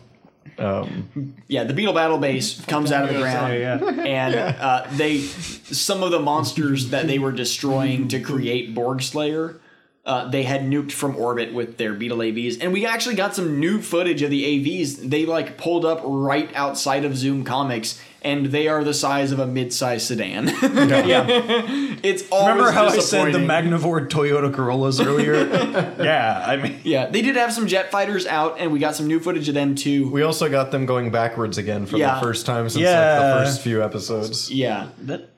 Um, Yeah, the beetle battle base (laughs) comes out of the ground, Yeah, (laughs) yeah. and Yeah. Uh, they some of the monsters that they were destroying to create Borg Slayer. Uh, they had nuked from orbit with their Beetle AVs, and we actually got some new footage of the AVs. They like pulled up right outside of Zoom Comics, and they are the size of a mid-sized sedan. (laughs) it's always (laughs) Remember how I said the disappointing. Magnavore Toyota Corollas earlier? yeah, I mean, yeah, they did have some jet fighters out, and we got some new footage of them too. we also got them going backwards again for Yeah. the first time since Yeah. like the first few episodes. Yeah. it's that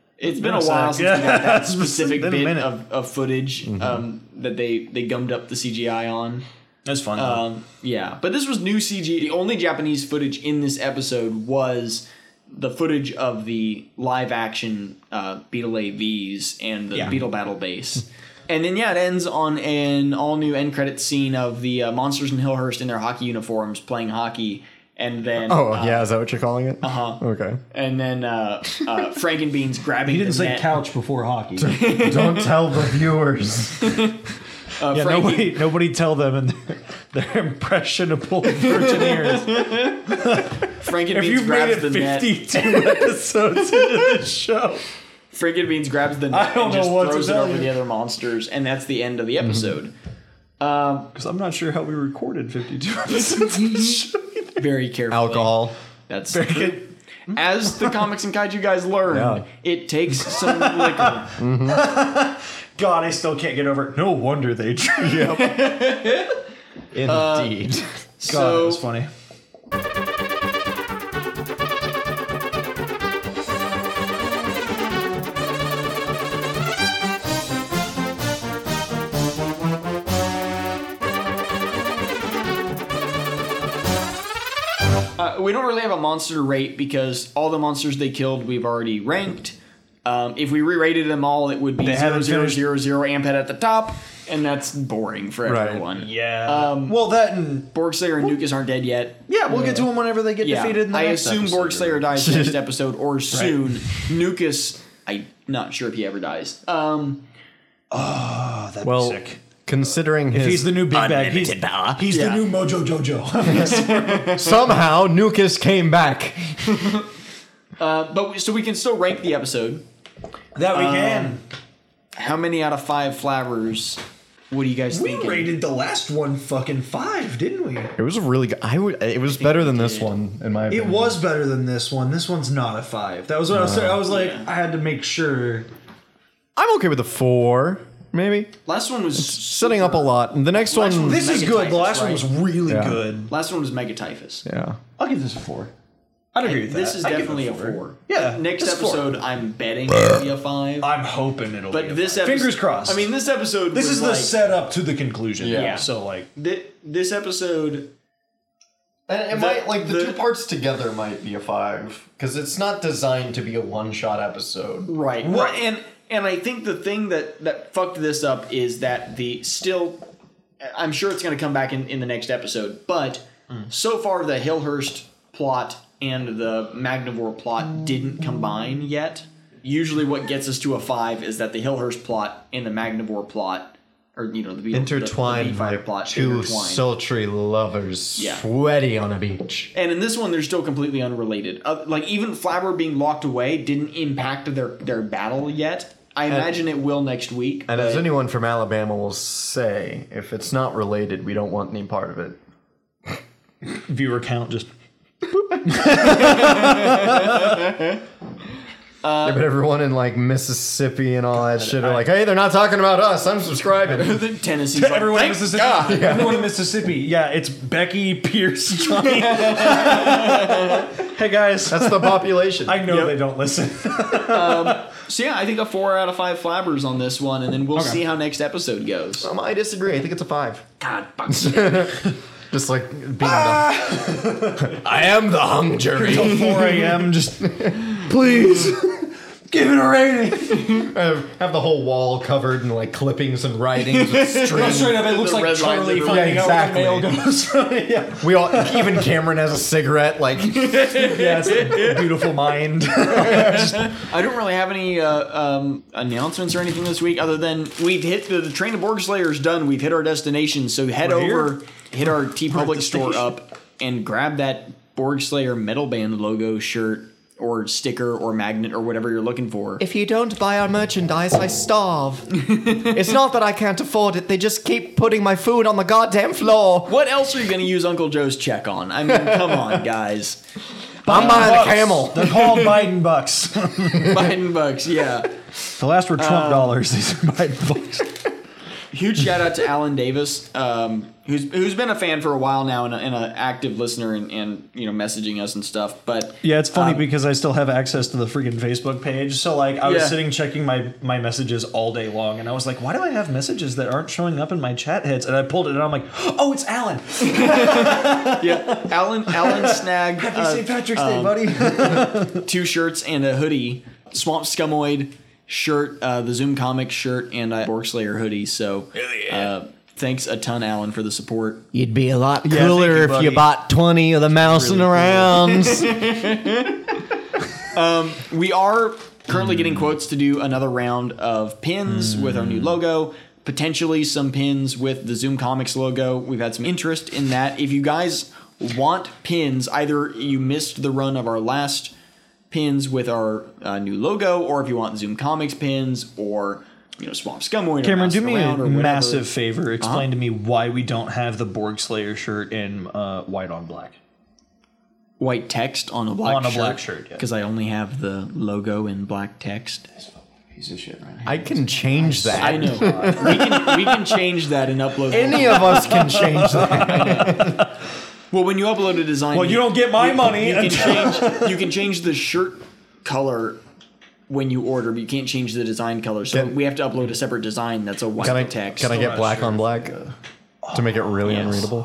been a sucks. while since we Yeah. got that (laughs) It's specific been a bit minute. Mm-hmm. of, of footage um, that they, they gummed up the CGI on. That's fun. Um, yeah, but this was new CG. The only Japanese footage in this episode was the footage of the live action uh, Beetle AVs and the Yeah. Beetle Battle Base. and then, yeah, it ends on an all new end credit scene of the uh, monsters in Hillhurst in their hockey uniforms playing hockey. And then. Oh uh, yeah, is that what you're calling it? Uh huh. Okay. and then uh, uh, (laughs) Frankenbeans grabbing. He didn't the say net. couch before hockey. Don't tell the (laughs) viewers. Uh, yeah, Frankie- nobody, nobody tell them and their, their impressionable virgin ears. Frankenbeans if you've grabs made it the net. 52 (laughs) episodes into this show, Frankenbeans grabs the net I don't and know just what to throws it tell over you. the other monsters, and that's the end of the (laughs) episode. because I'm not sure how we recorded 52 (laughs) episodes. of this show. Very careful. Alcohol. That's very good. As the comics and kaiju guys learn, (laughs) Yeah. it takes some liquor. (laughs) God, I still can't get over it. No wonder (laughs) they drew Indeed. God, that was funny. Uh, we don't really have a monster rate because all the monsters they killed we've already ranked. Um, if we re-rated them all, it would be They zero haven't zero finished- zero zero Amped at the top, and that's boring for Right. everyone. Yeah. Um, well, that and Borgslayer and Nukas aren't dead yet. Yeah, we'll get to them whenever they get Yeah. defeated. In the I next assume episode. Borgslayer dies next episode (laughs) or soon. Nukas, I'm not sure if he ever dies. Um, oh, that'd well, considering If his he's the new big bag, he's, he's Yeah. the new Mojo (laughs) Jojo. somehow Nukas came back. Uh, but we, so we can still rank the episode. That we can. How many out of five flavors? What do you guys we think? rated the last one fucking five, didn't we? It was a really good. I would. It was better than this one in my It opinion. was better than this one. This one's not a five. That was what I was No. saying. I was like, I had to make sure. I'm okay with a four, maybe. Last one was setting up a lot. And the next one, really Yeah. good. Last one was Megatyphus. Yeah. I'll give this a four. I'd agree with This that. is I'd give it definitely a a four. four. Yeah, Next it's a four. episode, I'm betting it'll be a five. I'm hoping it'll. But be a this five. episode, fingers crossed. I mean, this episode. this was is the like- setup to the conclusion. Yeah. Yeah. So like, thi- this episode. And it The- might like the, the- two parts together might be a five because it's not designed to be a one shot episode. Right. Well, and and I think the thing that that fucked this up is that the still, I'm sure it's going to come back in in the next episode. But so far, the Hillhurst plot and the Magnivore plot didn't combine yet. Usually, what gets us to a five is that the Hillhurst plot and the Magnivore plot, or you know, the Beetle- the- the Intertwined Beefighter by plot two intertwined. sultry lovers Yeah. sweaty on a beach. And in this one, they're still completely unrelated. Uh, like even Flabber being locked away didn't impact their their battle yet. I And- imagine it will next week. And as but- anyone from Alabama will say, if it's not related, we don't want any part of it. Viewer count just. yeah, but (laughs) everyone in like Mississippi and all that shit are like, hey, they're not talking about us. I'm (laughs) subscribing. (laughs) (laughs) Tennessee's like, everyone in "Thank Mississippi. God." Yeah. Everyone in Mississippi. Yeah, it's Becky Pierce Johnny. hey guys, that's the population. I know they don't listen. um, so yeah, I think a four out of five flabbers on this one, and then we'll Okay. see how next episode goes. Um, I disagree. I think it's a five. God, fuck. Just like being Ah. (laughs) the. I am the hung jury. Till 4 a.m. Just (laughs) please give it a rating. (laughs) have the whole wall covered in like clippings and (laughs) writings. With string. Straight up, it looks The like red lines Charlie everywhere. finding Yeah, out where the mail goes. (laughs) (laughs) yeah. We all, even Cameron has a cigarette. (laughs) Like, (laughs) yeah, it's a beautiful mind. I don't really have any uh, um, announcements or anything this week, other than we've hit the, the train of Borg Slayer's done. We've hit our destination, so head We're here. over, hit our T Public store up, and grab that Borg Slayer metal band logo shirt or sticker or magnet or whatever you're looking for. If you don't buy our merchandise, I (laughs) starve. it's not that I can't afford it, they just keep putting my food on the goddamn floor. What else are you going to use Uncle Joe's check on? I mean, come (laughs) on, guys. I'm buying a Bucks. Ah, camel. They're called Biden bucks. Biden bucks, yeah. The last were Trump Um, dollars. These are Biden bucks. Huge shout out to Alan Davis, um, who's who's been a fan for a while now and an active listener and, and you know messaging us and stuff. But Yeah, it's funny um, because I still have access to the freaking Facebook page. So like, I Yeah. was sitting checking my my messages all day long, and I was like, why do I have messages that aren't showing up in my chat heads? And I pulled it, and I'm like, (gasps) oh, it's Alan. yeah, Alan Alan snagged Happy uh, St. Patrick's Day, um, (laughs) buddy. two shirts and a hoodie, Swamp Scumoid shirt, uh, the Zoom Comics shirt, and a Borg Slayer hoodie. So uh, thanks a ton, Alan, for the support. You'd be a lot Yeah, cooler thank you, if you buddy. bought 20 of the mouse (laughs) and rounds. um, we are currently getting Hmm. quotes to do another round of pins with our new logo. Potentially some pins with the Zoom Comics logo. We've had some interest in that. If you guys want pins, either you missed the run of our last pins with our uh, new logo, or if you want Zoom Comics pins, or you know Swamp Scumoid. or Cameron, Mouse do me a Around or whatever. massive favor. Explain Uh-huh. to me why we don't have the Borg Slayer shirt in uh, white on black. white text on a black On a shirt, black shirt, yeah. because I only have the logo in black text. piece of shit right now. I can change that. I (laughs) know. we, can, we can change that and upload. Any of us can change that. well, when you upload a design, Well, you don't get my you- money You can until- (laughs) change. You can change the shirt color when you order, but you can't change the design color. So we have to upload a separate design that's a white Can I, text. can I get black on black to make it really unreadable?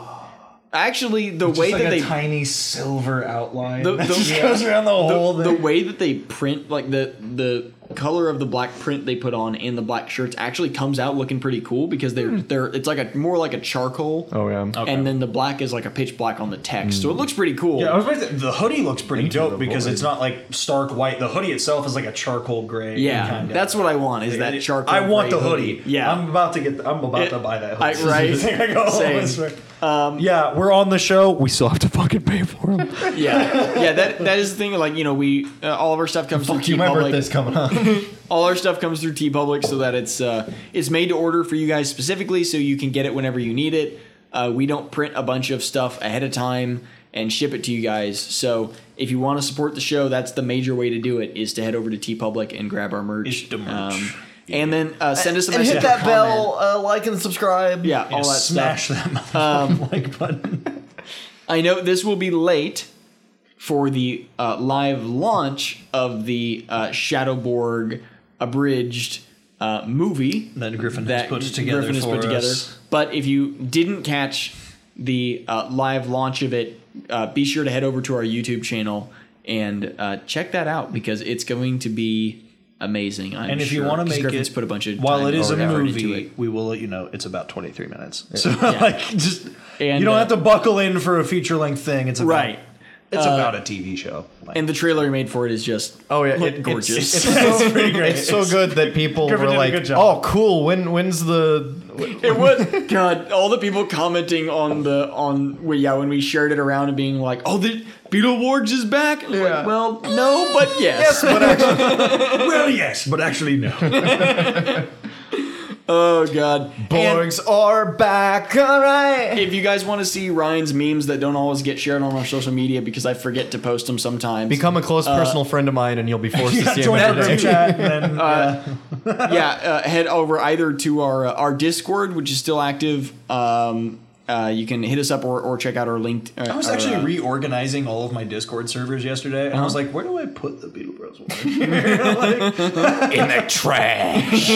Actually, the Just way like that they a tiny silver outline the, that the- just goes around the whole the, thing. the way that they print, like the the color of the black print they put on and the black shirts, actually comes out looking pretty cool because they're Hmm. they're it's like a more like a charcoal. Oh yeah. And then the black is like a pitch black on the text, so it looks pretty cool. Hmm. Yeah, I was about to say, the hoodie looks pretty Into the dope because void. it's not like stark white. The hoodie itself is like a charcoal gray. Yeah, kinda. that's what I want is that charcoal. I want gray the hoodie. Yeah, I'm about to get. I'm about It- to buy that. I- Hoodie. (laughs) right? I go, Same. Um, "Oh, swear." yeah, we're on the show. We still have to fucking pay for them. yeah, yeah. That that is the thing. Like you know, we uh, all of our stuff comes Fuck through you, my T-Public. birthday's coming up. all our stuff comes through T Public, so that it's uh, it's made to order for you guys specifically, so you can get it whenever you need it. Uh, we don't print a bunch of stuff ahead of time and ship it to you guys. So if you want to support the show, that's the major way to do it is to head over to T Public and grab our merch. Um, and then uh, send us a and message. hit or that comment. bell, uh, like and subscribe. Yeah, all that stuff. um, (laughs) like button. I know this will be late for the uh, live launch of the uh, Shadowborg abridged uh, movie that Griffin has put together for us. But if you didn't catch the uh, live launch of it, uh, be sure to head over to our YouTube channel and uh, check that out because it's going to be amazing. I'm and if sure, you want to 'cause make Griffin's it, put a bunch of while time it is a and effort into movie, it. we will let you know it's about 23 minutes. Yeah. (laughs) So Yeah. like, just And, you don't uh, have to buckle in for a feature length thing. It's about, Right. It's Uh, about a TV show. Like, And the trailer he made for it is just oh yeah, gorgeous. (laughs) It's, (laughs) it's so, it's so good that people Griffin were did a like, good "Oh, job. cool! When when's the it would God, all the people commenting on the on well, yeah when we shared it around and being like, oh, the Beetleborgs is back. And I'm like, well, no, but yes. well, yes, but actually (laughs) no. oh God, Borgs are back. All right. If you guys want to see Ryan's memes that don't always get shared on our social media because I forget to post them sometimes, become a close uh, personal friend of mine, and you'll be forced (laughs) to see him join every our day." group chat, (laughs) uh, yeah, uh, head over either to our uh, our Discord, which is still active. Um, uh, you can hit us up or, or check out our linked. Uh, I was our, actually uh, reorganizing all of my Discord servers yesterday, and I was Uh-huh. like, where do I put the Beetle Bros one? in the trash.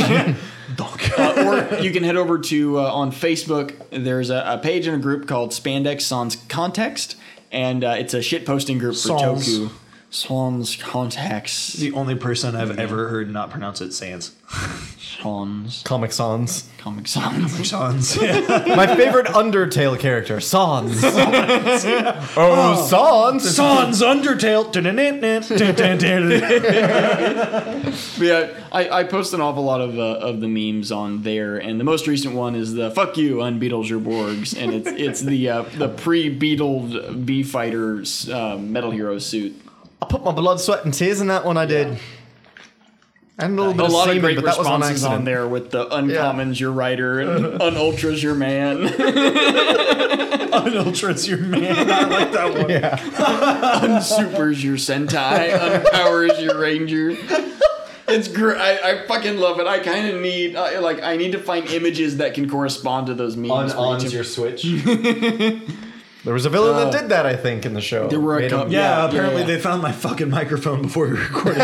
or you can head over to uh, on Facebook. There's a, a page and a group called Spandex Sans Context, and uh, it's a shit posting group for Sans. Toku. Sans Context. the only person I've ever heard not pronounce it Sans. Sans. Comic Sans. Comic Sans. Comic (laughs) Sans. My favorite Undertale character, (laughs) Sans. oh, Oh, Sans. Sans (laughs) Undertale. But (laughs) yeah, I, I post an awful lot of uh, of the memes on there, and the most recent one is the "fuck you, unbeatles your Borgs," and it's it's the uh, the pre-beetled bee fighters uh, Metal Hero suit. I put my blood, sweat, and tears in that one. I did. And a little A bit lot of of semen, great but that was on responses on, accident. there with the uncommons your writer and unultras your (laughs) man. unultras your man. I like that one. Unsupers your Sentai. (laughs) Unpowers your Ranger. It's great. I, I fucking love it. I kind of need I, like I need to find images that can correspond to those memes. On- for ons each of- your Switch. (laughs) There was a villain that did that, I think, in the show. There were a Made him- couple- Yeah, Yeah, apparently yeah, they found my fucking microphone before we (laughs) recorded.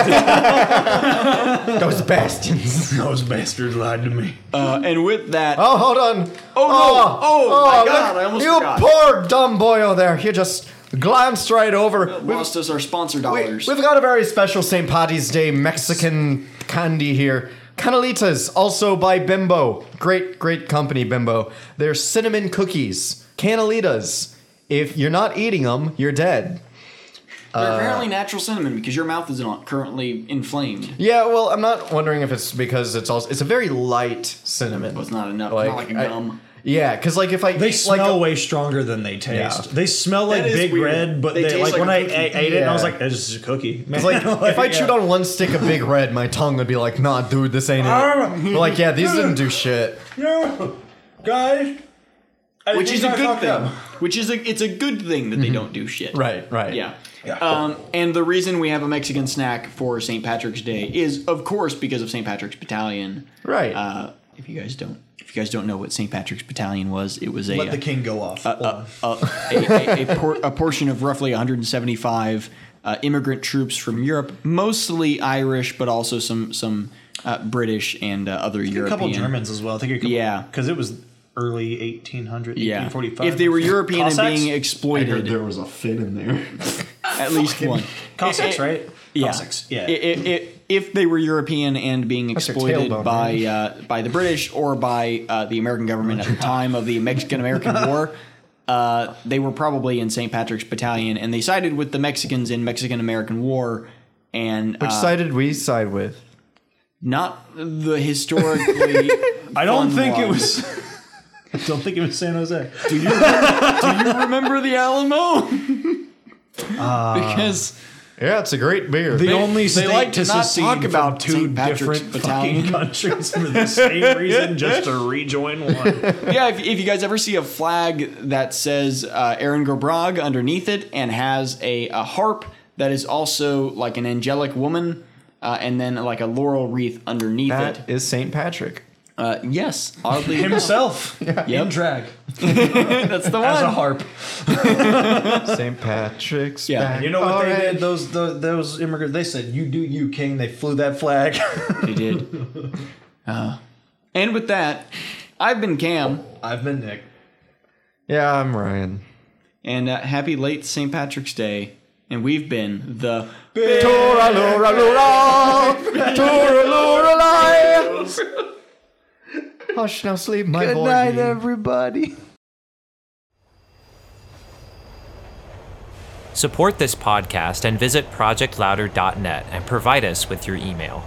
Those bastards. Those bastards lied to me. Uh, and with that. (laughs) Oh, hold on. Oh, Oh, no. Oh, my oh, God. look, I almost you forgot. poor dumb boy over there. You just glanced right over. Lost us our sponsor dollars. We've got a very special St. Patty's Day Mexican candy here. Canelitas, also by Bimbo. Great, great company, Bimbo. They're cinnamon cookies. Canelitas. If you're not eating them, you're dead. They're Uh, apparently natural cinnamon because your mouth is not currently inflamed. Yeah, well, I'm not wondering if it's because it's also it's a very light cinnamon. It's not enough. Like, not like a I- gum. Yeah, because like if I They eat, smell uh, like, way stronger than they taste. They smell That like is Big weird. Red, but They they, taste like, like when a I cookie. ate, ate it, and I was Yeah. like, "This is a cookie." (laughs) It's like, if I chewed yeah. on one stick of Big Red, my tongue would be like, "Nah, (laughs) dude, this ain't it." But like, yeah, these didn't do shit. No, guys, I which think is a I good fucked thing. up. Which is a it's a good thing that they don't do shit. Right, right. Yeah. Um, and the reason we have a Mexican snack for St. Patrick's Day is, of course, because of St. Patrick's Battalion. Right. Uh, if you guys don't, if you guys don't know what St. Patrick's Battalion was, it was a Let the king go off. uh, uh, uh, a, a, a, por- a portion of roughly 175 uh, immigrant troops from Europe, mostly Irish, but also some some uh, British and uh, other a European. couple Germans as well. I think a couple, Yeah. because it was early 1800, Yeah. 1845. If they were European and Cossacks? being exploited, there was a fit in there. at least one. Cossacks, It- it- right? Yeah. Cossacks, yeah. I- i- i- if they were European and being That's your exploited tailbone, by man. uh, by the British or by uh, the American government (laughs) at the time of the Mexican American War, uh, they were probably in St. Patrick's Battalion, and they sided with the Mexicans in Mexican American War. And Which uh, side did we side with? Not the historically. (laughs) I don't fun think it one. was. (laughs) I don't think it was San Jose. Do you (laughs) remember the Alamo? (laughs) (laughs) because yeah, it's a great beer. Ah. The only state like to to not secede talk from about two St. Patrick's different Battalion. fucking countries for the same reason, just to rejoin (laughs) one. yeah, if, if you guys ever see a flag that says uh, Aaron Gobrag underneath it and has a, a harp that is also like an angelic woman uh, and then like a laurel wreath underneath it. That is St. Patrick. Uh, yes, oddly enough. (laughs) Himself Yep. in drag (laughs) That's the one. as a harp. (laughs) St. Patrick's. Yeah. back. You know what All they right. did? Those, those those immigrants. They said, "You do you, king." They flew that flag. (laughs) They did. Uh, and with that, I've been Cam, I've been Nick. Yeah, I'm Ryan. and uh, happy late St. Patrick's Day. And we've been the Hush, now sleep, my boy. everybody. Support this podcast and visit projectlouder.net and provide us with your email.